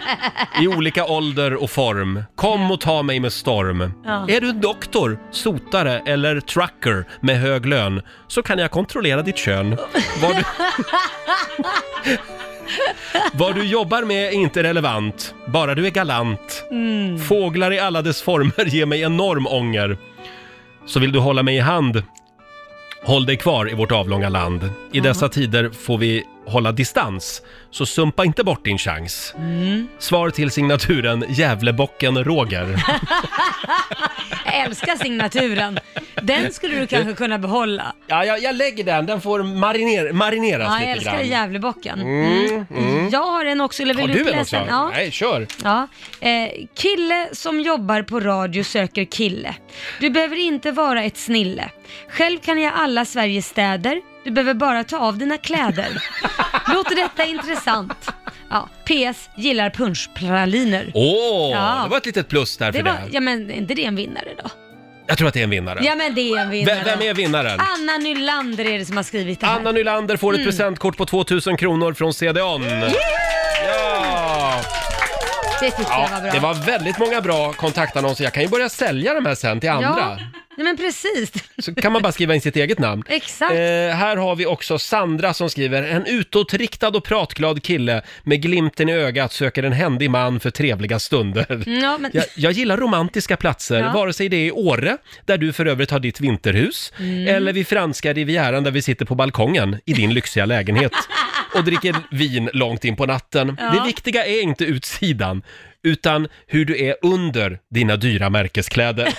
Speaker 1: i olika ålder och form. Kom och ta mig med storm.
Speaker 4: Ja.
Speaker 1: Är du doktor, sotare eller trucker med hög lön så kan jag kontrollera ditt kön. Vad du, vad du jobbar med är inte relevant, bara du är galant.
Speaker 4: Mm.
Speaker 1: Fåglar i alla dess former ger mig enorm ånger. Så vill du hålla mig i hand, håll dig kvar i vårt avlånga land. I dessa tider får vi hålla distans, så sumpa inte bort din chans.
Speaker 3: Mm.
Speaker 1: Svar till signaturen Gävlebocken Roger.
Speaker 3: Jag älskar signaturen. Den skulle du kanske kunna behålla.
Speaker 1: Ja, jag, jag lägger den. Den får mariner, marineras
Speaker 3: Ja, jag
Speaker 1: lite
Speaker 3: älskar
Speaker 1: grann.
Speaker 3: Gävlebocken.
Speaker 1: Mm, mm.
Speaker 3: Jag har en också, eller vill
Speaker 1: Har du
Speaker 3: inte
Speaker 1: en
Speaker 3: läsa
Speaker 1: också?
Speaker 3: den? Ja.
Speaker 1: Nej, kör.
Speaker 3: Ja. Eh, kille som jobbar på radio söker kille. Du behöver inte vara ett snille. Själv kan jag alla Sveriges städer. Du behöver bara ta av dina kläder. Låter detta intressant? Ja. PS. Gillar punschpraliner.
Speaker 1: Åh,
Speaker 3: Ja.
Speaker 1: det var ett litet plus där
Speaker 3: Det
Speaker 1: för
Speaker 3: var,
Speaker 1: det.
Speaker 3: ja men är inte det en vinnare då?
Speaker 1: Jag tror att det är en vinnare.
Speaker 3: Ja men det är en vinnare.
Speaker 1: Vem- vem är vinnaren?
Speaker 3: Anna Nylander är det som har skrivit det här.
Speaker 1: Anna Nylander får ett
Speaker 3: Mm.
Speaker 1: presentkort på 2000 kronor från CDON. Ja!
Speaker 3: Det tyckte jag var
Speaker 1: ja,
Speaker 3: bra.
Speaker 1: det var väldigt många bra kontaktannonser. Jag kan ju börja sälja de här sen till andra. Eh,
Speaker 3: Ja, nej men precis.
Speaker 1: Så kan man bara skriva in sitt eget namn.
Speaker 3: Exakt.
Speaker 1: Eh, här har vi också Sandra som skriver, en utåtriktad och pratglad kille med glimten i ögat söker en händig man för trevliga stunder.
Speaker 3: Ja, men-
Speaker 1: jag, jag gillar romantiska platser,
Speaker 3: Ja.
Speaker 1: vare sig det är i Åre, där du för övrigt har ditt vinterhus,
Speaker 3: Mm.
Speaker 1: eller vid franska rivieran där vi sitter på balkongen i din lyxiga lägenhet. och dricker vin långt in på natten.
Speaker 3: Ja.
Speaker 1: Det viktiga är inte utsidan, utan hur du är under dina dyra märkeskläder.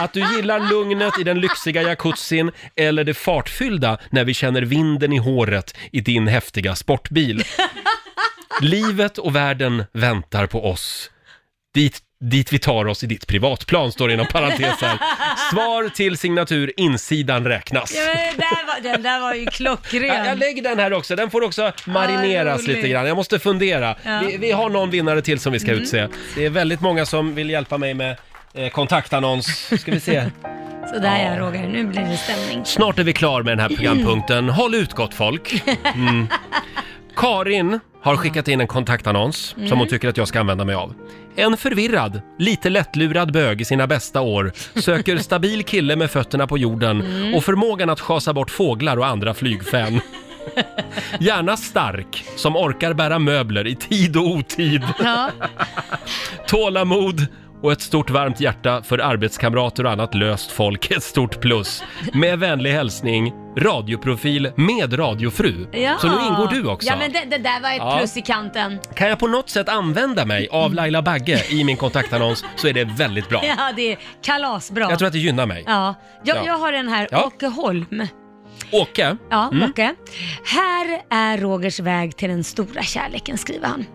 Speaker 1: Att du gillar lugnet i den lyxiga jacuzzin eller det fartfyllda när vi känner vinden i håret i din häftiga sportbil. Livet och världen väntar på oss. Dit, dit vi tar oss i ditt privatplan, står det inom parentes här. Svar till signatur insidan räknas.
Speaker 3: Ja, men den, där var, den där var ju klockren.
Speaker 1: Ja, jag lägger den här också, den får också marineras
Speaker 3: roligt.
Speaker 1: lite grann. Jag måste fundera.
Speaker 3: Ja.
Speaker 1: Vi, vi har någon vinnare till som vi ska
Speaker 3: Mm.
Speaker 1: utse. Det är väldigt många som vill hjälpa mig med eh, kontaktannons. Ska vi se.
Speaker 3: Sådär ja. Roger, nu blir det stämning.
Speaker 1: Snart är vi klar med den här programpunkten. Håll ut gott folk! Mm. Karin har skickat in en kontaktannons
Speaker 10: Mm.
Speaker 1: som hon tycker att jag ska använda mig av. En förvirrad, lite lättlurad bög i sina bästa år söker stabil kille med fötterna på jorden
Speaker 10: Mm.
Speaker 1: och förmågan att schasa bort fåglar och andra flygfän. Gärna stark, som orkar bära möbler i tid och otid.
Speaker 3: Ja.
Speaker 1: Tålamod och ett stort varmt hjärta för arbetskamrater och annat löst folk. Ett stort plus. Med vänlig hälsning, radioprofil med radiofru.
Speaker 3: Ja.
Speaker 1: Så nu ingår du också.
Speaker 3: Ja men det, det där var ett
Speaker 1: Ja.
Speaker 3: plus i kanten.
Speaker 1: Kan jag på något sätt använda mig av Laila Bagge i min kontaktannons så är det väldigt bra.
Speaker 3: Ja, det är kalasbra.
Speaker 1: Jag tror att det gynnar mig.
Speaker 3: Ja. Jag,
Speaker 1: Ja.
Speaker 3: jag har den här,
Speaker 1: Ja.
Speaker 3: Åke Holm.
Speaker 1: Åke?
Speaker 3: Ja,
Speaker 1: Mm.
Speaker 3: Åke. Här är Rogers väg till den stora kärleken, skriver han.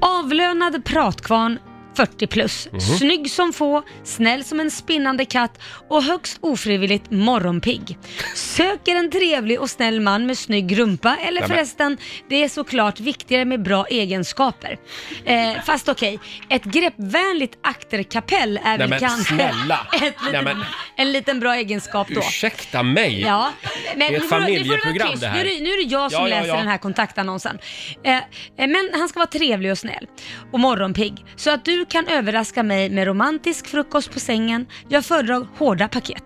Speaker 3: Avlönad pratkvarn, 40 plus,
Speaker 11: Mhm.
Speaker 3: snygg som få, snäll som en spinnande katt och högst ofrivilligt morgonpigg. Söker en trevlig och snäll man med snygg rumpa, eller
Speaker 11: Nämen.
Speaker 3: förresten, det är såklart viktigare med bra egenskaper. Eh, fast okej, ett greppvänligt akterkapell är väl
Speaker 1: Nämen,
Speaker 3: kanske
Speaker 1: snälla.
Speaker 3: ett litet-
Speaker 1: Nämen.
Speaker 3: en liten bra egenskap då.
Speaker 1: Ursäkta mig!
Speaker 3: Ja, men
Speaker 1: Det är ett
Speaker 3: nu får du- nu får du vara
Speaker 1: familjeprogram
Speaker 3: tyst.
Speaker 1: det här.
Speaker 3: Nu, är det- nu är det jag som
Speaker 1: Ja, ja,
Speaker 3: läser
Speaker 1: ja.
Speaker 3: den här kontaktannonsen. Eh, eh, men han ska vara trevlig och snäll och morgonpigg. Så att du kan överraska mig med romantisk frukost på sängen. Jag föredrar hårda paket.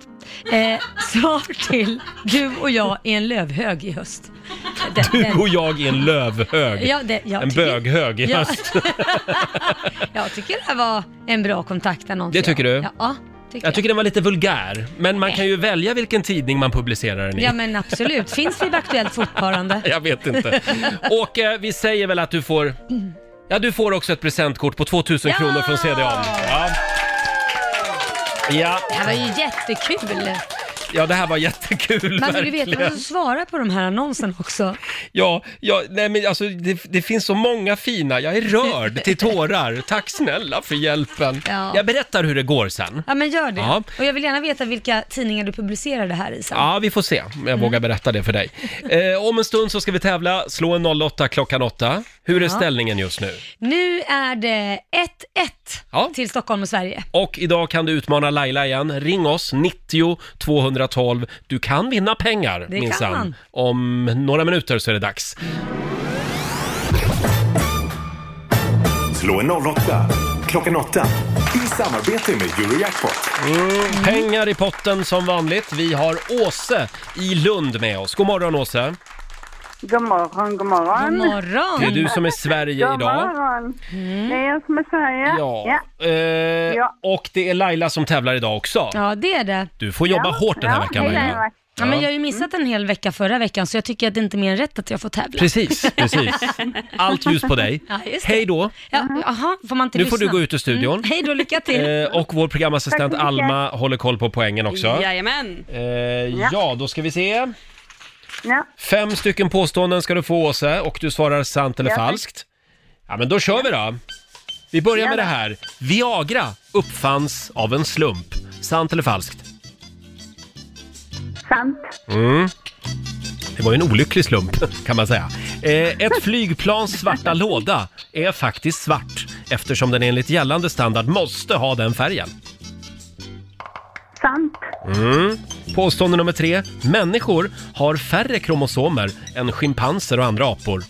Speaker 3: Eh, svar till du och jag i en lövhög i höst. Den-
Speaker 1: Du
Speaker 3: den-
Speaker 1: och jag i en lövhög.
Speaker 3: Ja, det- jag
Speaker 1: en
Speaker 3: tycker-
Speaker 1: böghög Alltså. i
Speaker 3: Ja.
Speaker 1: höst.
Speaker 3: Jag tycker det här var en bra kontaktannons.
Speaker 1: Det tycker
Speaker 3: ja.
Speaker 1: du?
Speaker 3: Ja, tycker
Speaker 1: Jag tycker den var lite vulgär, men man kan ju välja vilken tidning man publicerar den i.
Speaker 3: Ja men absolut. Finns FIB Aktuellt fortfarande?
Speaker 1: Jag vet inte. Åke, vi säger väl att du får... Ja, du får också ett presentkort på 2000 kronor från CDON. Ja. Ja.
Speaker 3: Det här var ju jättekul.
Speaker 1: ja, det här var jättekul
Speaker 3: Man vill ju
Speaker 1: verkligen.
Speaker 3: veta vad som svarar på de här annonserna också.
Speaker 1: Ja, ja nej, men alltså, det, det finns så många fina. Jag är rörd till tårar. Tack snälla för hjälpen.
Speaker 3: Ja.
Speaker 1: Jag berättar hur det går sen.
Speaker 3: Ja men gör det.
Speaker 1: Ja.
Speaker 3: Och jag vill gärna veta vilka tidningar du publicerar det här i sen.
Speaker 1: Ja, vi får se om
Speaker 3: Mm.
Speaker 1: jag vågar berätta det för dig. Eh, om en stund så ska vi tävla. Slå en 08 klockan 8. Hur är
Speaker 3: Ja.
Speaker 1: ställningen just nu?
Speaker 3: Nu är det 1-1
Speaker 1: Ja.
Speaker 3: till Stockholm och Sverige.
Speaker 1: Och idag kan du utmana Laila igen. Ring oss, 90 212. Du kan vinna pengar
Speaker 3: kan
Speaker 1: minsann.
Speaker 3: man.
Speaker 1: Om några minuter så är det dags.
Speaker 8: Slå en 08 klockan 8 i samarbete med Eurojackpot.
Speaker 1: Mm. Pengar i potten som vanligt. Vi har Åse i Lund med oss. God morgon Åse.
Speaker 12: God morgon, god morgon.
Speaker 3: God morgon.
Speaker 1: Det är du som är Sverige
Speaker 12: God
Speaker 1: idag. Mm.
Speaker 12: morgon. Det är jag som är Sverige.
Speaker 1: Ja. Eh, Och det är Laila som tävlar idag också.
Speaker 3: Ja det är det.
Speaker 1: Du får jobba hårt den här veckan Laila.
Speaker 3: Ja, men jag har ju missat en hel vecka förra veckan så jag tycker att det inte är mer än rätt att jag får tävla.
Speaker 1: Precis, precis. Allt ljus på dig.
Speaker 3: Ja, just det.
Speaker 1: Hej då!
Speaker 3: Ja, Jaha, får man inte
Speaker 1: Nu
Speaker 3: lyssna?
Speaker 1: får du gå ut ur studion.
Speaker 3: Mm. Hej då, lycka till.
Speaker 1: Eh, och vår programassistent
Speaker 3: Tack så mycket.
Speaker 1: Alma håller koll på poängen också.
Speaker 7: Jajamän.
Speaker 1: Eh, ja, då ska vi se.
Speaker 12: Ja.
Speaker 1: Fem stycken påståenden ska du få Åse och du svarar sant eller
Speaker 12: Ja, tack.
Speaker 1: falskt. Ja, men då kör vi då. Vi börjar med det här. Viagra uppfanns av en slump. Sant eller falskt?
Speaker 12: Sant.
Speaker 1: Mm. Det var ju en olycklig slump kan man säga. Eh, ett flygplans svarta låda är faktiskt svart eftersom den enligt gällande standard måste ha den färgen.
Speaker 12: Sant.
Speaker 1: Mm. Påstående nummer tre. Människor har färre kromosomer än schimpanser och andra apor.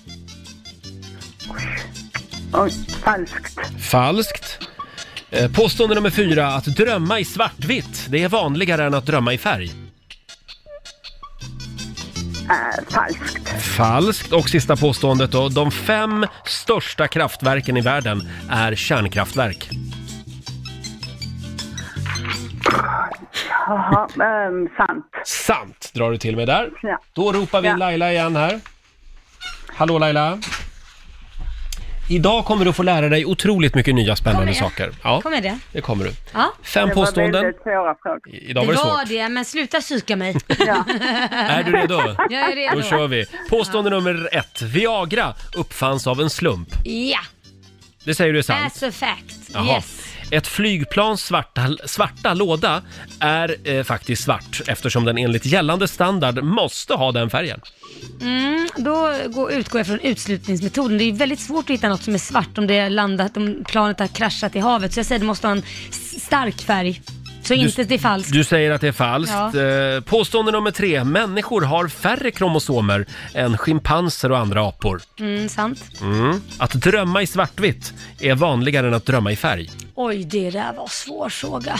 Speaker 12: Oj, falskt.
Speaker 1: Falskt. Eh, Påstående nummer fyra. Att drömma i svartvitt, det är vanligare än att drömma i färg.
Speaker 12: Äh, falskt.
Speaker 1: Falskt. Och sista påståendet då. De fem största kraftverken i världen är kärnkraftverk.
Speaker 12: Jaha, ehm, sant.
Speaker 1: Sant drar du till med där.
Speaker 12: Ja.
Speaker 1: Då ropar vi
Speaker 12: Ja.
Speaker 1: Laila igen här. Hallå Laila! Idag kommer du få lära dig otroligt mycket nya spännande
Speaker 3: Kommer jag?
Speaker 1: saker.
Speaker 3: Kommer det?
Speaker 1: Det kommer du.
Speaker 3: Ja.
Speaker 1: Fem Det var påståenden. väldigt
Speaker 12: svåra frågor.
Speaker 1: Idag var det svårt.
Speaker 3: det, men sluta psyka mig.
Speaker 1: Är du redo?
Speaker 3: Jag är redo.
Speaker 1: Då kör vi. Påstående nummer ett. Viagra uppfanns av en slump.
Speaker 3: Ja,
Speaker 1: Det säger du är sant?
Speaker 3: that's a fact.
Speaker 1: Jaha.
Speaker 3: Yes.
Speaker 1: Ett flygplans svarta, svarta låda är eh, faktiskt svart eftersom den enligt gällande standard måste ha den färgen.
Speaker 3: Mm, då går, utgår jag från utslutningsmetoden. Det är ju väldigt svårt att hitta något som är svart om det har landat, om planet har kraschat i havet. Så jag säger det måste ha en s- stark färg. Så inte det är falskt.
Speaker 1: Du säger att det är falskt.
Speaker 3: Ja.
Speaker 1: Eh, Påstående nummer tre. Människor har färre kromosomer än schimpanser och andra apor.
Speaker 3: Mm, sant.
Speaker 1: Mm. Att drömma i svartvitt är vanligare än att drömma i färg.
Speaker 3: Oj, det där var en svår fråga.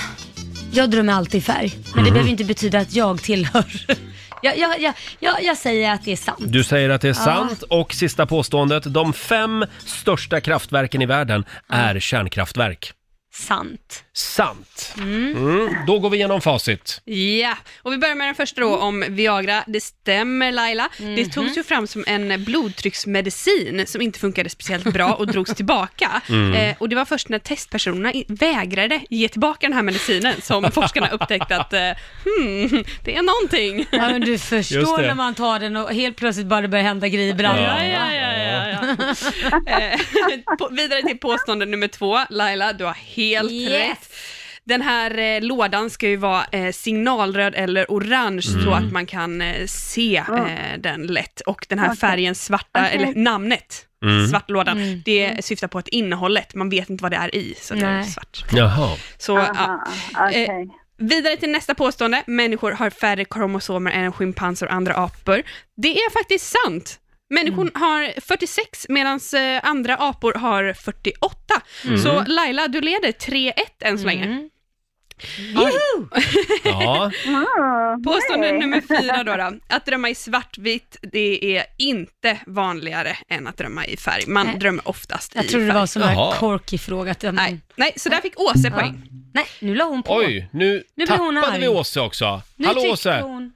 Speaker 3: Jag drömmer alltid i färg, men det
Speaker 1: Mhm.
Speaker 3: behöver inte betyda att jag tillhör. jag, jag, jag, jag, jag säger att det är sant.
Speaker 1: Du säger att det är
Speaker 3: Ja.
Speaker 1: sant. Och sista påståendet. De fem största kraftverken i världen är kärnkraftverk.
Speaker 3: Sant.
Speaker 1: Sant.
Speaker 7: Mm.
Speaker 1: Mm. Då går vi igenom facit.
Speaker 7: Ja, och vi börjar med den första då om Viagra. Det stämmer Laila. Det togs ju fram som en blodtrycksmedicin som inte funkade speciellt bra och drogs tillbaka.
Speaker 10: Mm.
Speaker 7: Eh, och det var först när testpersonerna i- vägrade ge tillbaka den här medicinen som forskarna upptäckte att eh, hmm, det är någonting.
Speaker 3: Ja, men du
Speaker 7: Just
Speaker 3: förstår
Speaker 7: det.
Speaker 3: när man tar den och helt plötsligt bara det börjar hända grejer i brallan.
Speaker 7: Ja, ja, ja, ja, ja. Eh, på, vidare till påstående nummer två. Laila, du har helt
Speaker 3: Yes.
Speaker 7: rätt. Den här eh, lådan ska ju vara eh, signalröd eller orange så
Speaker 3: Mm.
Speaker 7: att man kan eh, se eh, den lätt. Och den här
Speaker 10: Okej.
Speaker 7: färgen svarta,
Speaker 10: Okej.
Speaker 7: eller namnet,
Speaker 10: Mm.
Speaker 7: svart lådan,
Speaker 10: Mm.
Speaker 7: det syftar på att innehållet, man vet inte vad det är i, så det är
Speaker 10: Nej.
Speaker 7: svart.
Speaker 1: Jaha.
Speaker 7: Så, ja. eh, vidare till nästa påstående. Människor har färre kromosomer än schimpanser och andra apor. Det är faktiskt sant. Människor
Speaker 3: Mm.
Speaker 7: har 46 medan andra apor har 48.
Speaker 10: Mm.
Speaker 7: Så Laila, du leder 3-1 än så länge.
Speaker 3: Mm.
Speaker 1: Ja.
Speaker 7: Påstående nummer fyra då, då. Att drömma i svartvitt, det är inte vanligare än att drömma i färg. Man
Speaker 3: Nej.
Speaker 7: drömmer oftast i
Speaker 3: Jag trodde det
Speaker 7: färg.
Speaker 3: var sån här quirky fråga. Nej.
Speaker 7: Nej, så där fick Åse poäng.
Speaker 3: Nej, nu la hon på.
Speaker 1: Oj, nu,
Speaker 3: Nu blir hon
Speaker 1: tappade
Speaker 3: arg.
Speaker 1: vi Åse också.
Speaker 3: Nu
Speaker 1: Hallå
Speaker 3: tyckte
Speaker 1: Åse! Hon...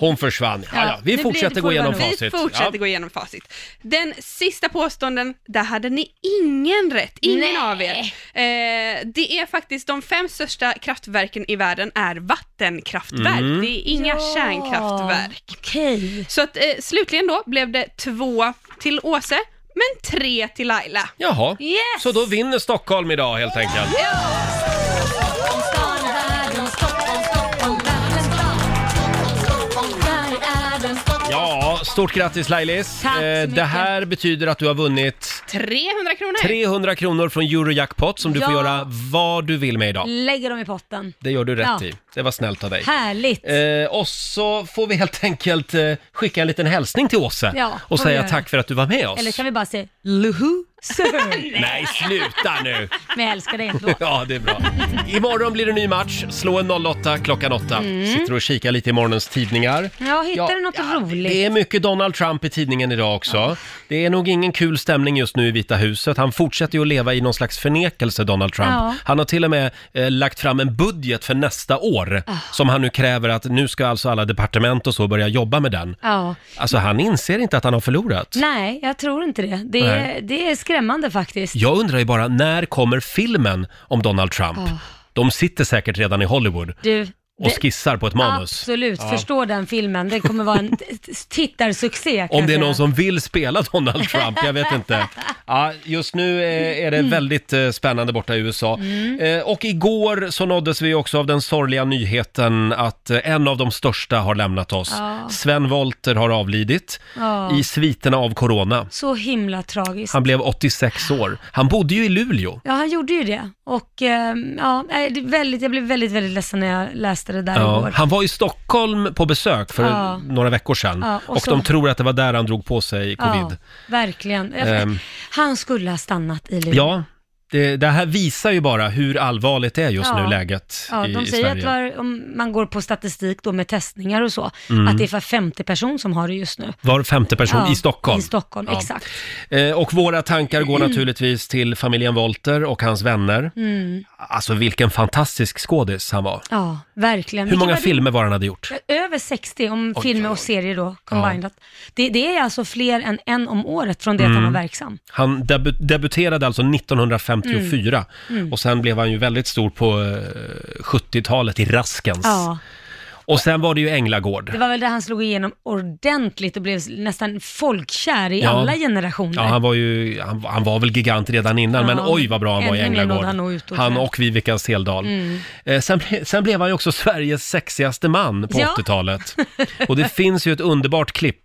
Speaker 3: hon att...
Speaker 1: försvann. Ja, ja. Vi
Speaker 7: nu blir
Speaker 1: fortsätter
Speaker 7: det
Speaker 1: gå igenom
Speaker 7: förvånande.
Speaker 1: facit.
Speaker 7: Vi fortsätter
Speaker 1: ja.
Speaker 7: gå igenom facit. Den sista påståenden, där hade ni ingen rätt. Ingen
Speaker 10: Nej.
Speaker 7: av er. Eh, det är faktiskt de fem största kraftverken i världen är vattenkraftverk.
Speaker 10: Mm.
Speaker 7: Det är inga
Speaker 10: Ja.
Speaker 7: kärnkraftverk. Så att, eh, slutligen då blev det två till Åse, men tre till Laila.
Speaker 1: Jaha,
Speaker 7: Yes!
Speaker 1: så då vinner Stockholm idag helt enkelt. Ja, stort grattis Lailis.
Speaker 7: Tack så
Speaker 1: Eh, Det
Speaker 7: mycket.
Speaker 1: här betyder att du har vunnit
Speaker 7: 300 kronor.
Speaker 1: 300 kronor från Eurojackpot som du får
Speaker 3: Ja.
Speaker 1: göra vad du vill med idag.
Speaker 3: Lägger dem i potten.
Speaker 1: Det gör du rätt
Speaker 3: Ja.
Speaker 1: i. Det var snällt av dig.
Speaker 3: Härligt.
Speaker 1: Eh, och så får vi helt enkelt eh, skicka en liten hälsning till Åse
Speaker 3: Ja, får
Speaker 1: och
Speaker 3: vi
Speaker 1: säga
Speaker 3: göra.
Speaker 1: tack för att du var med oss.
Speaker 3: Eller kan vi bara säga Luhu sir.
Speaker 1: Nej, sluta nu!
Speaker 3: Men jag älskar dig ändå.
Speaker 1: ja, det är bra. Imorgon blir det ny match. Slå en 08 klockan 8.
Speaker 3: Mm.
Speaker 1: Sitter och kikar lite i morgonens tidningar.
Speaker 3: Ja, hittar du något roligt?
Speaker 1: Det är mycket Donald Trump i tidningen idag också. Det är nog ingen kul stämning just nu i Vita huset. Han fortsätter ju att leva i någon slags förnekelse, Donald Trump.
Speaker 3: Ja.
Speaker 1: Han har till och med eh, lagt fram en budget för nästa år
Speaker 3: Ah.
Speaker 1: som han nu kräver att nu ska alltså alla departement och så börja jobba med den.
Speaker 3: Ja.
Speaker 1: Alltså han inser inte att han har förlorat.
Speaker 3: Nej, jag tror inte det. Det
Speaker 1: Nej.
Speaker 3: är, det är skrämmande faktiskt.
Speaker 1: Jag undrar ju bara, när kommer filmen om Donald Trump?
Speaker 3: Ah.
Speaker 1: De sitter säkert redan i Hollywood
Speaker 3: Du,
Speaker 1: och
Speaker 3: det-
Speaker 1: skissar på ett manus.
Speaker 3: Absolut,
Speaker 1: Ja.
Speaker 3: förstå den filmen. Den kommer vara en t- t- tittarsuccé. kan
Speaker 1: Om
Speaker 3: jag
Speaker 1: det är
Speaker 3: säga.
Speaker 1: någon som vill spela Donald Trump, jag vet inte. Ja, just nu eh, är det väldigt eh, spännande borta i USA.
Speaker 3: Mm.
Speaker 1: Eh, Och igår så nåddes vi också av den sorgliga nyheten att eh, en av de största har lämnat oss.
Speaker 3: Ja.
Speaker 1: Sven Wollter har avlidit
Speaker 3: Ja.
Speaker 1: i sviterna av corona.
Speaker 3: Så himla tragiskt.
Speaker 1: Han blev 86 år. Han bodde ju i Luleå.
Speaker 3: Ja, han gjorde ju det. Och ehm, ja, nej, det är väldigt, jag blev väldigt, väldigt ledsen när jag läste det där
Speaker 1: Ja,
Speaker 3: igår.
Speaker 1: han var i Stockholm på besök för
Speaker 3: Ja.
Speaker 1: några veckor sedan
Speaker 3: Ja,
Speaker 1: och,
Speaker 3: och så-
Speaker 1: de tror att det var där han drog på sig covid.
Speaker 3: Ja, verkligen.
Speaker 1: Ehm.
Speaker 3: Han skulle ha stannat i Luleå.
Speaker 1: Ja, det, det här visar ju bara hur allvarligt det är just
Speaker 3: Ja.
Speaker 1: nu, läget
Speaker 3: Ja,
Speaker 1: i,
Speaker 3: de
Speaker 1: i
Speaker 3: säger
Speaker 1: Sverige.
Speaker 3: att var, om man går på statistik då med testningar och så,
Speaker 1: Mm.
Speaker 3: att det är för 50 person som har det just nu.
Speaker 1: Var femte person
Speaker 3: Ja,
Speaker 1: i Stockholm.
Speaker 3: I Stockholm,
Speaker 1: Ja.
Speaker 3: exakt.
Speaker 1: Eh, Och våra tankar går
Speaker 3: Mm.
Speaker 1: naturligtvis till familjen Volter och hans vänner.
Speaker 3: Mm.
Speaker 1: Alltså vilken fantastisk skådis han var.
Speaker 3: Ja, verkligen.
Speaker 1: Hur
Speaker 3: Vilken
Speaker 1: många
Speaker 3: var det?
Speaker 1: filmer var han hade gjort?
Speaker 3: Över 60 om
Speaker 1: Oj,
Speaker 3: filmer och serier då, combined. Det, det är alltså fler än en om året från det att han
Speaker 1: Mm.
Speaker 3: var verksam.
Speaker 1: Han debu- debuterade alltså 1954
Speaker 3: Mm. Mm.
Speaker 1: och sen blev han ju väldigt stor på eh, 70-talet i Raskens.
Speaker 3: Ja,
Speaker 1: Och sen var det ju Änglagård.
Speaker 3: det var väl där han slog igenom ordentligt och blev nästan folkkär i
Speaker 1: Ja.
Speaker 3: alla generationer.
Speaker 1: Ja, han var ju, han, han var väl gigant redan innan,
Speaker 3: Ja,
Speaker 1: men oj vad bra han var i
Speaker 3: ännu mer nådde
Speaker 1: Änglagård.
Speaker 3: han nog ut och
Speaker 1: Han
Speaker 3: fram.
Speaker 1: och Vivica Seldal.
Speaker 3: Mm.
Speaker 1: Eh, Sen, ble- sen blev han ju också Sveriges sexigaste man på
Speaker 3: Ja.
Speaker 1: 80-talet. Och det finns ju ett underbart klipp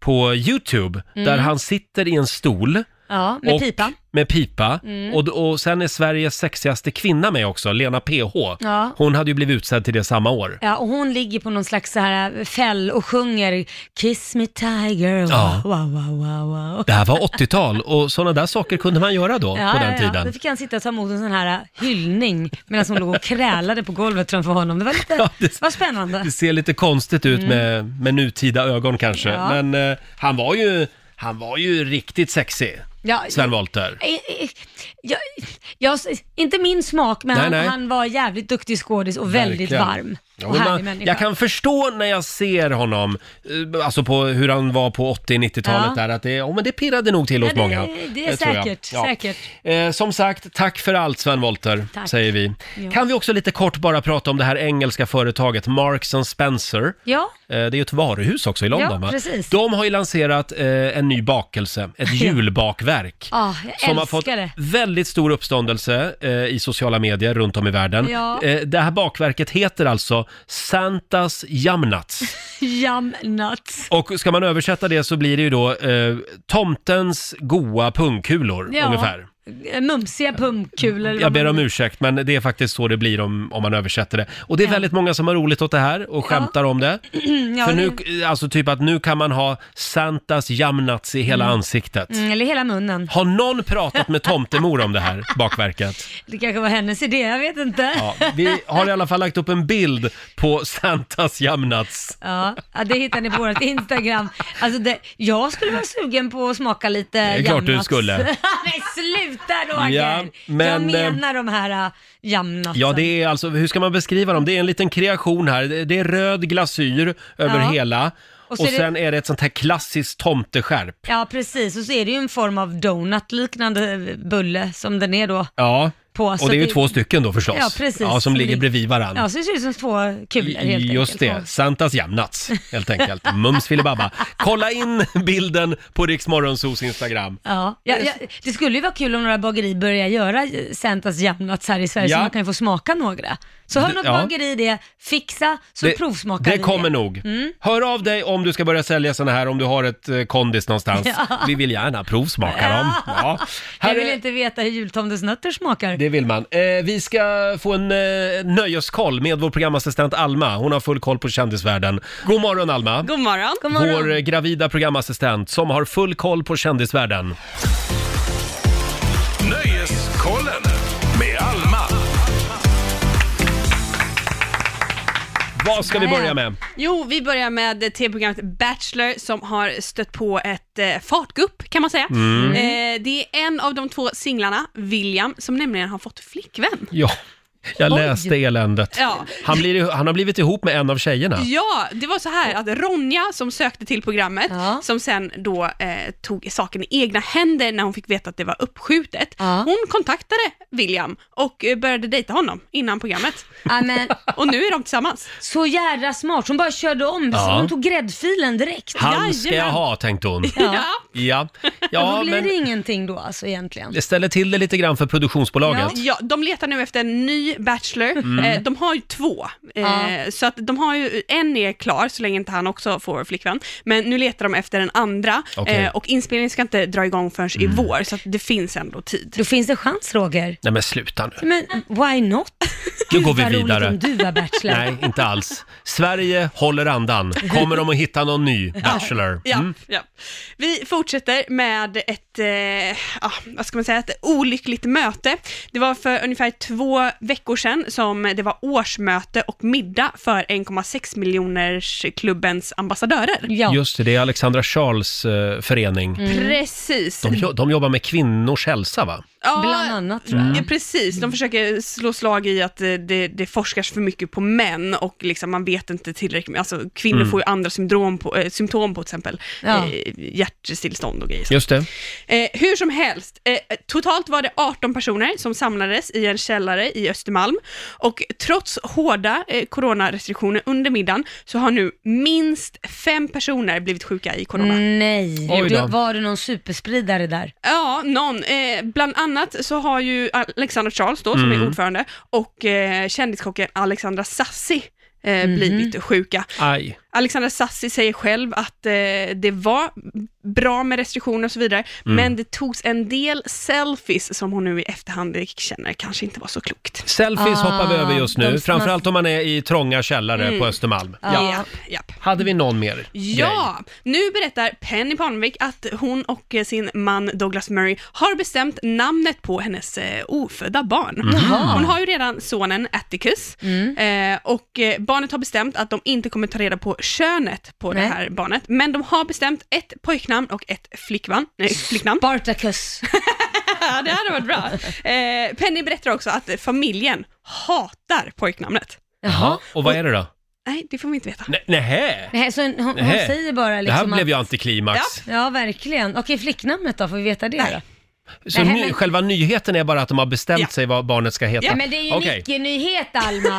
Speaker 1: på YouTube där
Speaker 3: Mm.
Speaker 1: han sitter i en stol
Speaker 3: Ja, med
Speaker 1: och,
Speaker 3: pipa.
Speaker 1: Med pipa.
Speaker 3: Mm.
Speaker 1: Och, och sen är Sveriges sexigaste kvinna med också, Lena PH.
Speaker 3: Ja.
Speaker 1: Hon hade ju blivit utsedd till det samma år.
Speaker 3: Ja, och hon ligger på någon slags så här eh, fäll och sjunger Kiss me tiger, wow,
Speaker 1: Ja.
Speaker 3: wow, wow, wow, wow.
Speaker 1: Det här var 80-tal och sådana där saker kunde man göra då,
Speaker 3: Ja,
Speaker 1: på den
Speaker 3: ja, Ja.
Speaker 1: tiden.
Speaker 3: Då fick han sitta och ta emot en sån här äh, hyllning medan hon låg och krälade på golvet framför honom. Det var lite, var spännande.
Speaker 1: Det ser lite konstigt ut
Speaker 3: Mm.
Speaker 1: med, med nutida ögon kanske,
Speaker 3: Ja.
Speaker 1: men eh, han, var ju, han var ju riktigt sexig,
Speaker 3: Ja,
Speaker 1: Sven Wollter.
Speaker 3: Eh, eh, Jag, jag, inte min smak, men
Speaker 1: Nej,
Speaker 3: han,
Speaker 1: nej.
Speaker 3: han var jävligt duktig skådis och väldigt
Speaker 1: Verkligen.
Speaker 3: varm.
Speaker 1: Ja,
Speaker 3: och
Speaker 1: men
Speaker 3: härlig
Speaker 1: man,
Speaker 3: människa.
Speaker 1: jag kan förstå när jag ser honom, eh, alltså på hur han var på 80-90-talet
Speaker 3: Ja.
Speaker 1: där, att det, oh, men det pirrade nog till hos
Speaker 3: Ja, det-
Speaker 1: många.
Speaker 3: Det är
Speaker 1: tror jag.
Speaker 3: säkert,
Speaker 1: Ja.
Speaker 3: säkert.
Speaker 1: Eh, som sagt, tack för allt Sven Wollter,
Speaker 3: Tack.
Speaker 1: säger vi.
Speaker 3: Ja.
Speaker 1: Kan vi också lite kort bara prata om det här engelska företaget Marks and Spencer?
Speaker 3: Ja,
Speaker 1: Eh, Det är ju ett varuhus också i London
Speaker 3: Ja,
Speaker 1: va?
Speaker 3: precis.
Speaker 1: De har ju lanserat eh, en ny bakelse, ett julbakverk.
Speaker 3: ah, jag älskar
Speaker 1: Som har fått
Speaker 3: det.
Speaker 1: väldigt stor uppståndelse eh, i sociala medier runt om i världen.
Speaker 3: Ja.
Speaker 1: Eh, det här bakverket heter alltså Santas Jamnats.
Speaker 3: Yum nuts.
Speaker 1: Och ska man översätta det så blir det ju då eh, Tomtens goa pungkulor
Speaker 3: Ja,
Speaker 1: ungefär.
Speaker 3: Mumsiga pungkulor.
Speaker 1: Jag ber om ursäkt, men det är faktiskt så det blir om, om man översätter det. Och det är väldigt många som har roligt åt det här och skämtar om det.
Speaker 3: Mm, ja,
Speaker 1: För
Speaker 3: det-
Speaker 1: nu, alltså typ att nu kan man ha Santas jamnats i hela
Speaker 3: Mm.
Speaker 1: ansiktet.
Speaker 3: Mm, eller hela munnen.
Speaker 1: Har någon pratat med tomtemor om det här bakverket?
Speaker 3: Det kanske var hennes idé, jag vet inte.
Speaker 1: Ja, vi har i alla fall lagt upp en bild på Santas jamnats.
Speaker 3: Ja, ja, det hittar ni på vårt Instagram. Alltså det, jag skulle vara sugen på att smaka lite
Speaker 1: är klart du
Speaker 3: Jamnats.
Speaker 1: skulle.
Speaker 3: Nej, sluta Roger!
Speaker 1: Ja, men, eh,
Speaker 3: jag menar de här uh, jamnatsen.
Speaker 1: Ja, det är alltså, hur ska man beskriva dem? Det är en liten kreation här. Det det är röd glasyr över
Speaker 3: Ja.
Speaker 1: hela.
Speaker 3: Och
Speaker 1: Och,
Speaker 3: så är det-
Speaker 1: sen är det ett sånt här klassiskt tomteskärp.
Speaker 3: Ja, precis. Och så är det ju en form av donut-liknande bulle som den är då.
Speaker 1: Ja,
Speaker 3: På, så
Speaker 1: och det är ju
Speaker 3: det-
Speaker 1: två stycken då förstås.
Speaker 3: Ja, precis.
Speaker 1: Ja, som
Speaker 3: Som
Speaker 1: ligger
Speaker 3: lig-
Speaker 1: bredvid varandra.
Speaker 3: Ja, så det ser ut som två kulor helt
Speaker 1: Just det,
Speaker 3: enkelt.
Speaker 1: Santas jämnats helt enkelt. Mums filibabba. Kolla in bilden på Rix Morgonzos Instagram.
Speaker 3: Ja, ja, ja, det skulle ju vara kul om några bageri börjar göra eh, Santas jamnats här i Sverige
Speaker 1: Ja.
Speaker 3: så man kan ju få smaka några. Så hör
Speaker 1: Det-
Speaker 3: något
Speaker 1: ja.
Speaker 3: bageri det, fixa så provsmakar vi
Speaker 1: det kommer nog.
Speaker 3: Mm.
Speaker 1: Hör av dig om du ska börja sälja såna här, om du har ett eh, kondis någonstans.
Speaker 3: Ja.
Speaker 1: Vi vill gärna provsmaka dem. Ja. Här
Speaker 3: Jag vill
Speaker 1: är-
Speaker 3: inte veta hur jultomtens nötter smakar.
Speaker 1: Det vill man. Eh, vi ska få en eh, nöjeskoll med vår programassistent Alma. Hon har full koll på kändisvärlden. God morgon Alma!
Speaker 7: God morgon.
Speaker 1: Vår eh, gravida programassistent som har full koll på kändisvärlden.
Speaker 8: Nöjeskollen med Alma.
Speaker 1: Vad ska vi börja med?
Speaker 7: Jo, vi börjar med tv-programmet Bachelor som har stött på ett eh, fartgupp kan man säga.
Speaker 1: Mm.
Speaker 7: Eh, det är en av de två singlarna, William, som nämligen har fått flickvän.
Speaker 1: Ja, jag
Speaker 7: Oj.
Speaker 1: läste eländet.
Speaker 7: Ja.
Speaker 1: Han, blir, han har blivit ihop med en av tjejerna.
Speaker 7: Ja, det var så här att Ronja som sökte till programmet, som sen då eh, tog saken i egna händer när hon fick veta att det var uppskjutet, hon kontaktade William och eh, började dejta honom innan programmet. Och nu är de tillsammans.
Speaker 3: Så jävla smart, hon bara körde om det, så
Speaker 1: Ja.
Speaker 3: hon tog gräddfilen direkt.
Speaker 1: Han ska jag ha, tänkte hon.
Speaker 3: Ja.
Speaker 1: Ja,
Speaker 3: Ja,
Speaker 1: ja
Speaker 3: då blir
Speaker 1: men
Speaker 3: det ingenting då alltså egentligen.
Speaker 1: det ställer till det lite grann för
Speaker 7: Ja.
Speaker 1: produktionsbolaget.
Speaker 7: ja, de letar nu efter en ny Bachelor.
Speaker 1: Mm.
Speaker 7: Eh, de har ju två, eh,
Speaker 3: Ja.
Speaker 7: så att de har ju, en är klar så länge inte han också får flickvän, men nu letar de efter den andra
Speaker 1: Okej. Mm.
Speaker 7: eh, och inspelningen ska inte dra igång förrän i vår, så att det finns ändå tid.
Speaker 3: Då finns det chans Roger.
Speaker 1: Nej men sluta nu.
Speaker 3: Men why not?
Speaker 1: Nu
Speaker 3: Gud,
Speaker 1: går vi
Speaker 3: vad roligt
Speaker 1: vidare.
Speaker 3: om du var bachelor.
Speaker 1: Nej, inte alls. Sverige håller andan. Kommer de att hitta någon ny Bachelor?
Speaker 7: Ja,
Speaker 1: Mm.
Speaker 7: ja. Vi fortsätter med ett, eh, ja, vad ska man säga, ett olyckligt möte. Det var för ungefär två veckor sedan som det var årsmöte och middag för 1,6 miljoners klubbens ambassadörer.
Speaker 1: Just det, det är Alexandra Charles eh, förening.
Speaker 7: Mm. Precis.
Speaker 1: De, jo- de jobbar med kvinnors hälsa, va?
Speaker 7: Ja,
Speaker 3: Bland annat tror jag.
Speaker 7: Ja, precis. De försöker slå slag i att eh, det, det forskas för mycket på män och liksom man vet inte tillräckligt. med- Alltså, kvinnor
Speaker 1: Mm.
Speaker 7: får ju andra syndrom på, eh, symptom på till exempel
Speaker 1: Ja.
Speaker 7: eh, hjärtstillstånd och grejer.
Speaker 1: Just det.
Speaker 7: Eh, hur som helst, eh, totalt var det 18 personer som samlades i en källare i Östermalm och trots hårda eh, coronarestriktioner under middagen så har nu minst fem personer blivit sjuka i corona.
Speaker 3: Nej,
Speaker 7: Oj då.
Speaker 3: du, var du någon superspridare där?
Speaker 7: Ja, någon. Eh, bland annat så har ju Alexander Charles då, som
Speaker 3: Mm.
Speaker 7: är ordförande, och eh, kändiskocken Alexandra Sassi eh, blivit sjuka.
Speaker 1: Aj.
Speaker 7: Alexandra Sassi säger själv att eh, det var bra med restriktioner och så vidare,
Speaker 1: Mm.
Speaker 7: men det togs en del selfies som hon nu i efterhand känner kanske inte var så klokt.
Speaker 1: Selfies hoppar vi över just nu,
Speaker 7: Ah, de som har-
Speaker 1: framförallt om man är i trånga källare
Speaker 7: Mm.
Speaker 1: på Östermalm.
Speaker 7: Ja. Japp.
Speaker 1: Hade vi någon mer grej?
Speaker 7: Ja, nu berättar Penny Parnevik att hon och eh, sin man Douglas Murray har bestämt namnet på hennes eh, ofödda barn.
Speaker 10: Jaha.
Speaker 7: Hon har ju redan sonen Atticus eh, och eh, barnet har bestämt att de inte kommer ta reda på könet på
Speaker 3: Nej.
Speaker 7: det här barnet, men de har bestämt ett pojknamn och ett flickvan, nej, flicknamn.
Speaker 3: Spartacus.
Speaker 7: det hade varit bra. Eh, Penny berättar också att eh, familjen hatar pojknamnet.
Speaker 1: Jaha. Och vad är det då?
Speaker 7: Nej, det får vi inte veta.
Speaker 1: Nä- Nähä?
Speaker 3: Nej, så hon, hon
Speaker 1: Nähä.
Speaker 3: säger bara
Speaker 1: det här
Speaker 3: liksom
Speaker 1: blev ju
Speaker 3: att...
Speaker 1: antiklimax.
Speaker 3: Ja, verkligen. Okej, flicknamnet då? Får vi veta det då?
Speaker 1: Så
Speaker 3: Nej,
Speaker 1: ny,
Speaker 3: men-
Speaker 1: själva nyheten är bara att de har bestämt sig vad barnet ska heta?
Speaker 3: Ja, men det är ju
Speaker 1: Okej.
Speaker 3: Nicke-nyhet Alma.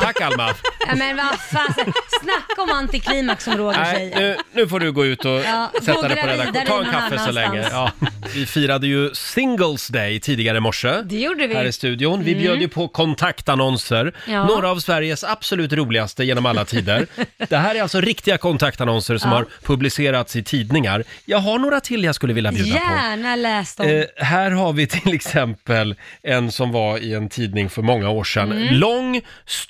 Speaker 1: Tack Alma!
Speaker 3: Ja, men vad fan, snacka om antiklimax som Roger
Speaker 1: Nej,
Speaker 3: säger.
Speaker 1: nu, nu får du gå ut och
Speaker 3: Ja,
Speaker 1: sätta dig
Speaker 3: googla
Speaker 1: på redaktion.
Speaker 3: vidare
Speaker 1: Ta en
Speaker 3: någon
Speaker 1: kaffe så länge. Ja.
Speaker 3: annanstans.
Speaker 1: Vi firade ju Singles Day tidigare i morse.
Speaker 3: Det gjorde vi.
Speaker 1: Här i studion. Vi
Speaker 3: Mm.
Speaker 1: bjöd ju på kontaktannonser.
Speaker 3: Ja.
Speaker 1: Några av Sveriges absolut roligaste genom alla tider. Det här är alltså riktiga kontaktannonser som
Speaker 3: Ja.
Speaker 1: har publicerats i tidningar. Jag har några till jag skulle vilja bjuda på.
Speaker 3: Gärna läs dem.
Speaker 1: Eh, här har vi till exempel en som var i en tidning för många år sedan.
Speaker 3: Mm.
Speaker 1: Lång,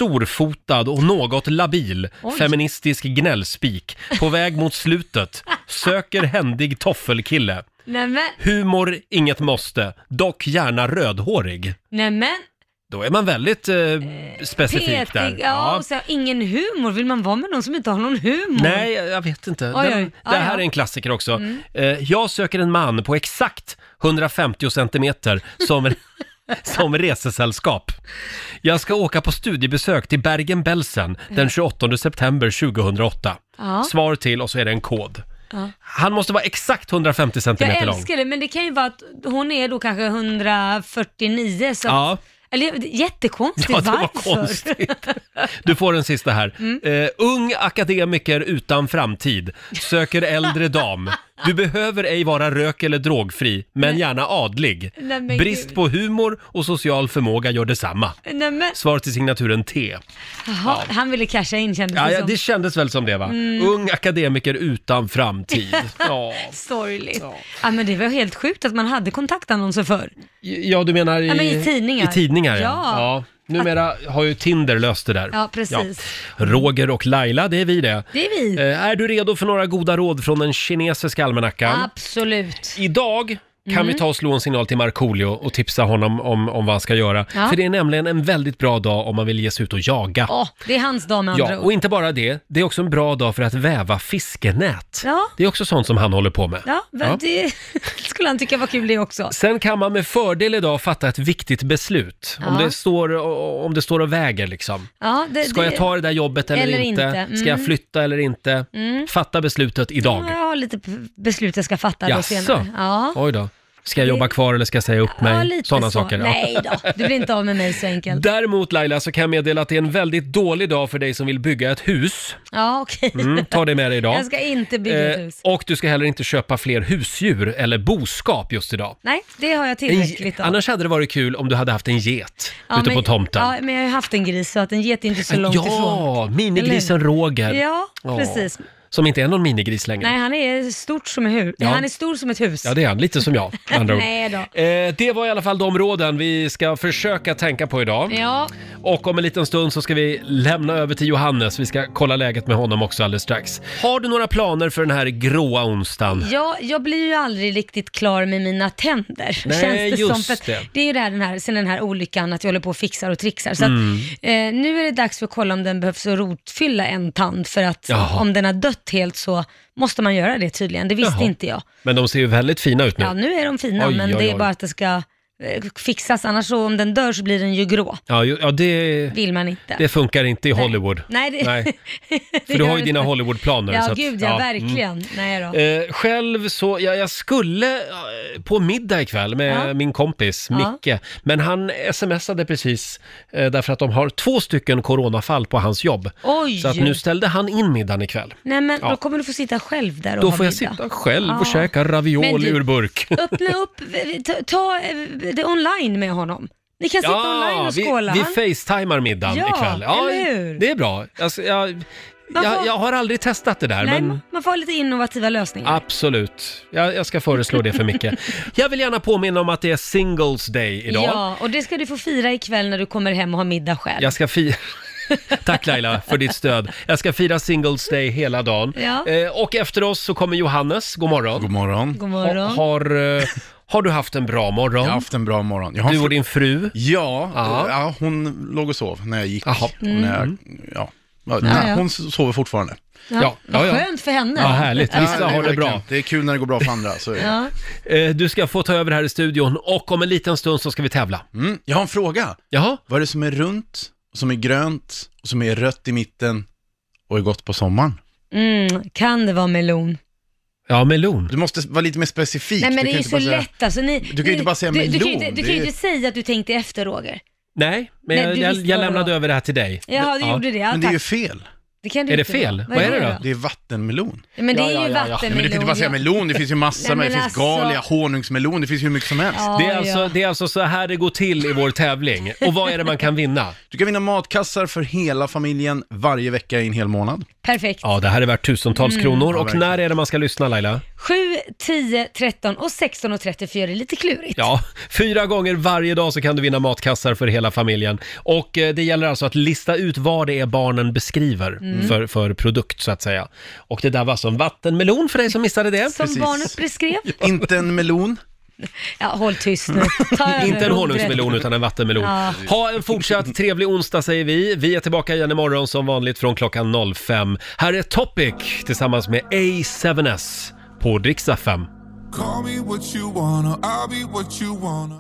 Speaker 1: storfotad och något labil
Speaker 3: Oj.
Speaker 1: feministisk gnällspik på väg mot slutet. Söker händig toffelkille.
Speaker 3: Nämen,
Speaker 1: Humor, inget måste. Dock gärna rödhårig.
Speaker 3: nämen.
Speaker 1: Då är man väldigt eh, specifik
Speaker 3: Petig.
Speaker 1: där.
Speaker 3: Ja, och så har ingen humor. Vill man vara med någon som inte har någon humor?
Speaker 1: Nej, jag vet inte.
Speaker 3: Oj,
Speaker 1: Den,
Speaker 3: oj.
Speaker 1: Det
Speaker 3: Ja,
Speaker 1: här
Speaker 3: ja.
Speaker 1: är en klassiker också.
Speaker 3: Mm.
Speaker 1: Eh, jag söker en man på exakt 150 centimeter som, som resesällskap. Jag ska åka på studiebesök till Bergen-Belsen den 28 september 2008.
Speaker 3: Ja.
Speaker 1: Svar till och så är det en kod.
Speaker 3: Ja.
Speaker 1: Han måste vara exakt 150
Speaker 3: Jag
Speaker 1: centimeter lång.
Speaker 3: älskar det, men det kan ju vara att hon är då kanske 149 så
Speaker 1: Ja.
Speaker 3: att, Eller det är jättekonstigt,
Speaker 1: Ja, det var
Speaker 3: varför? Mm.
Speaker 1: konstigt. Du får den sista här. Eh, ung akademiker utan framtid söker äldre dam. Du behöver ej vara rök eller drogfri, men gärna adlig.
Speaker 3: Nej, men
Speaker 1: Brist
Speaker 3: gud.
Speaker 1: på humor och social förmåga gör detsamma.
Speaker 3: Nej, men,
Speaker 1: Svar till signaturen T.
Speaker 3: jaha, han ville casha in kändes
Speaker 1: Ja, ja,
Speaker 3: som.
Speaker 1: det kändes väl som det va?
Speaker 3: Mm.
Speaker 1: Ung akademiker utan framtid. Ja.
Speaker 3: Sorgligt. Ja. men det var helt sjukt att man hade kontaktannonser förr.
Speaker 1: ja, du menar i,
Speaker 3: Ja, men i tidningar.
Speaker 1: I tidningar ja.
Speaker 3: Ja.
Speaker 1: ja. Numera har ju Tinder löst det där.
Speaker 3: Ja, precis.
Speaker 1: Ja. Roger och Laila, det är vi det.
Speaker 3: Det är vi.
Speaker 1: Eh, Är du redo för några goda råd från den kinesiska almanackan?
Speaker 3: Absolut.
Speaker 1: Idag kan
Speaker 3: Mm.
Speaker 1: vi ta och slå en signal till Markoolio och tipsa honom om, om vad han ska göra.
Speaker 3: Ja.
Speaker 1: För det är nämligen en väldigt bra dag om man vill ge sig ut och jaga.
Speaker 3: Ja, det är hans dag med andra
Speaker 1: Ja,
Speaker 3: ord.
Speaker 1: och inte bara det, det är också en bra dag för att väva fiskenät.
Speaker 3: Ja.
Speaker 1: Det är också sånt som han håller på med.
Speaker 3: Ja, men
Speaker 1: Ja.
Speaker 3: det skulle han tycka var kul det också.
Speaker 1: Sen kan man med fördel idag fatta ett viktigt beslut. Om,
Speaker 3: Ja.
Speaker 1: det står, om det står och väger liksom.
Speaker 3: Ja, det,
Speaker 1: Ska jag ta det där jobbet eller,
Speaker 3: Eller
Speaker 1: inte?
Speaker 3: inte. Mm.
Speaker 1: Ska jag flytta eller inte?
Speaker 3: Mm.
Speaker 1: Fatta beslutet idag.
Speaker 3: Ja, Jag har lite p- beslut jag ska fatta då
Speaker 1: Jaså?
Speaker 3: senare. Ja.
Speaker 1: Oj då. Ska jag jobba kvar eller ska jag säga upp mig?
Speaker 3: ja, lite
Speaker 1: Sådana
Speaker 3: så.
Speaker 1: saker. ja.
Speaker 3: Nej då, du blir inte av med mig så enkelt.
Speaker 1: Däremot Laila så kan jag meddela att det är en väldigt dålig dag för dig som vill bygga ett hus.
Speaker 3: Ja, okej.
Speaker 1: Mm, ta det med dig idag.
Speaker 3: Jag ska inte bygga ett
Speaker 1: Eh,
Speaker 3: hus.
Speaker 1: och du ska heller inte köpa fler husdjur eller boskap just idag.
Speaker 3: Nej, det har jag
Speaker 1: En,
Speaker 3: tillräckligt av.
Speaker 1: annars hade det varit kul om du hade haft en get
Speaker 3: Ja,
Speaker 1: ute på
Speaker 3: men-
Speaker 1: tomten.
Speaker 3: Ja, men jag har ju haft en gris så att en get är inte så långt
Speaker 1: ja,
Speaker 3: ifrån.
Speaker 1: minigrisen Roger.
Speaker 3: Ja,
Speaker 1: Ja.
Speaker 3: precis.
Speaker 1: Som inte är någon minigris längre.
Speaker 3: Nej, han är stort som ett hus.
Speaker 1: Ja.
Speaker 3: Han är stor som ett hus.
Speaker 1: Ja, det är han. Lite som jag, med andra ord.
Speaker 3: Nej då.
Speaker 1: Eh, det var i alla fall de råden vi ska försöka tänka på idag.
Speaker 3: Ja.
Speaker 1: Och om en liten stund så ska vi lämna över till Johannes. Vi ska kolla läget med honom också alldeles strax. Har du några planer för den här gråa onsdagen?
Speaker 3: Ja, jag blir ju aldrig riktigt klar med mina tänder.
Speaker 1: Nej,
Speaker 3: känns det som.
Speaker 1: just
Speaker 3: För att
Speaker 1: det.
Speaker 3: det är ju det här, den här, sen den här olyckan att jag håller på och fixar och trixar. Så
Speaker 1: Mm.
Speaker 3: att, eh, nu är det dags för att kolla om den behövs att rotfylla en tand för att
Speaker 1: Jaha.
Speaker 3: om den har dött helt så måste man göra det tydligen. Det visste
Speaker 1: Jaha.
Speaker 3: inte jag.
Speaker 1: Men de ser ju väldigt fina ut nu.
Speaker 3: Ja, nu är de fina
Speaker 1: Oj,
Speaker 3: men
Speaker 1: oj,
Speaker 3: det är
Speaker 1: oj.
Speaker 3: bara att det ska eh, fixas. Annars så om den dör så blir den ju grå.
Speaker 1: Ja, ju- ja det,
Speaker 3: Vill man inte.
Speaker 1: det funkar inte i Hollywood.
Speaker 3: Nej, det,
Speaker 1: För du
Speaker 3: gör
Speaker 1: har ju
Speaker 3: det
Speaker 1: dina
Speaker 3: inte.
Speaker 1: Hollywoodplaner.
Speaker 3: Ja,
Speaker 1: så att-
Speaker 3: gud ja,
Speaker 1: ja, mm.
Speaker 3: verkligen. Nej då.
Speaker 1: Eh, själv så, ja, jag skulle eh, på middag ikväll med
Speaker 3: Ja.
Speaker 1: min kompis
Speaker 3: Ja.
Speaker 1: Micke, men han smsade precis eh, därför att de har två stycken coronafall på hans jobb.
Speaker 3: Oj!
Speaker 1: Så att nu ställde han in middagen ikväll.
Speaker 3: Nej men
Speaker 1: Ja.
Speaker 3: då kommer du få sitta själv där och
Speaker 1: Då
Speaker 3: ha
Speaker 1: får jag
Speaker 3: middag.
Speaker 1: sitta själv och
Speaker 3: Ja.
Speaker 1: käka ravioli
Speaker 3: Men du-
Speaker 1: ur burk.
Speaker 3: Öppna upp, eh, ta, ta eh, det online med honom. Ni kan sitta online och skåla.
Speaker 1: Vi,
Speaker 3: Han-
Speaker 1: vi facetimar middagen
Speaker 3: Ja,
Speaker 1: ikväll.
Speaker 3: eller hur?
Speaker 1: Det är bra. Alltså, jag,
Speaker 3: Man får-
Speaker 1: jag, jag har aldrig testat det där,
Speaker 3: Nej,
Speaker 1: men...
Speaker 3: man- Man får ha lite innovativa lösningar.
Speaker 1: Absolut. Jag, jag ska föreslå det för Micke. Jag vill gärna påminna om att det är Singles Day idag.
Speaker 3: Ja, och det ska du få fira ikväll när du kommer hem och har middag själv.
Speaker 1: Jag ska fira... Tack Laila för ditt stöd. Jag ska fira Singles Day hela dagen.
Speaker 3: Ja.
Speaker 1: Eh, och efter oss så kommer Johannes. God morgon. God morgon.
Speaker 3: God morgon.
Speaker 1: har, eh, har du haft en bra morgon? Jag har haft en bra morgon.
Speaker 10: har
Speaker 1: du
Speaker 10: en
Speaker 1: och din fru?
Speaker 10: Ja,
Speaker 1: Ja.
Speaker 10: eh, ja, hon låg och sov när jag gick.
Speaker 3: Mm.
Speaker 10: När jag, ja. Ja,
Speaker 3: Ja, ja.
Speaker 10: Hon sover fortfarande.
Speaker 3: Ja, vad skönt för henne.
Speaker 10: Ja,
Speaker 1: har det
Speaker 10: verkligen.
Speaker 1: bra.
Speaker 10: Det är kul när det går bra för andra. Så är det.
Speaker 3: Ja.
Speaker 1: Eh, Du ska få ta över här i studion och om en liten stund så ska vi tävla.
Speaker 10: Mm. Jag har en fråga.
Speaker 1: Jaha?
Speaker 10: Vad är det som är runt, som är grönt, och som är rött i mitten och är gott på sommaren?
Speaker 3: Mm, kan det vara melon?
Speaker 1: Ja, melon.
Speaker 10: Du måste vara lite mer specifik.
Speaker 3: Nej men det
Speaker 10: Du
Speaker 3: är
Speaker 10: kan
Speaker 3: ju
Speaker 10: inte
Speaker 3: så
Speaker 10: bara säga-
Speaker 3: lätt alltså. Ni,
Speaker 10: Du kan ju inte bara säga
Speaker 3: du, du kan ju
Speaker 10: melon,
Speaker 3: inte, du
Speaker 10: det
Speaker 3: kan ju
Speaker 10: är-
Speaker 3: inte säga att du tänkte efter Roger.
Speaker 1: Nej, men
Speaker 3: Nej,
Speaker 1: jag,
Speaker 3: du
Speaker 1: jag,
Speaker 3: visste
Speaker 1: jag
Speaker 3: vad det
Speaker 1: lämnade
Speaker 3: var.
Speaker 1: över det här till dig.
Speaker 3: Jaha, du gjorde det. Ja,
Speaker 10: Men det är ju
Speaker 3: tack.
Speaker 10: fel.
Speaker 3: Det kan du
Speaker 10: Är det
Speaker 3: inte
Speaker 10: fel?
Speaker 3: vara.
Speaker 10: Vad är det då?
Speaker 3: Det
Speaker 10: är vattenmelon.
Speaker 3: Men det är ju vattenmelon.
Speaker 10: Nej, men du kan inte bara säga
Speaker 3: ja.
Speaker 10: melon, det finns ju
Speaker 3: Nej,
Speaker 10: massor med. Det
Speaker 3: men
Speaker 10: finns
Speaker 3: alltså-
Speaker 10: galia, honungsmelon, det finns ju hur mycket som helst.
Speaker 3: Ja,
Speaker 1: Det är, alltså,
Speaker 3: ja.
Speaker 1: det är alltså så här det går till i vår tävling. Och vad är det man kan vinna?
Speaker 10: Du kan vinna matkassar för hela familjen varje vecka i en hel månad.
Speaker 3: Perfekt.
Speaker 1: Ja, det här är värt tusentals
Speaker 3: Mm.
Speaker 1: kronor.
Speaker 3: Ja,
Speaker 1: Och
Speaker 10: verkligen.
Speaker 1: när är det man ska lyssna Laila?
Speaker 3: 7, 10, 13 och 16 och 30 för det är lite klurigt.
Speaker 1: Ja, fyra gånger varje dag så kan du vinna matkassar för hela familjen. Och eh, det gäller alltså att lista ut vad det är barnen beskriver
Speaker 3: Mm.
Speaker 1: för, för produkt så att säga. Och det där var alltså en vattenmelon för dig som missade det.
Speaker 3: Som barnet beskrev.
Speaker 10: Inte en melon.
Speaker 3: Ja, håll tyst nu. Ta över
Speaker 1: Inte en
Speaker 3: rodret.
Speaker 1: honungsmelon utan en vattenmelon.
Speaker 3: Ja.
Speaker 1: Ha en fortsatt trevlig onsdag säger vi. Vi är tillbaka igen imorgon som vanligt från klockan 05. Här är Topic tillsammans med A7S på Rix FM.
Speaker 11: Call me what you wanna, I'll be what you wanna.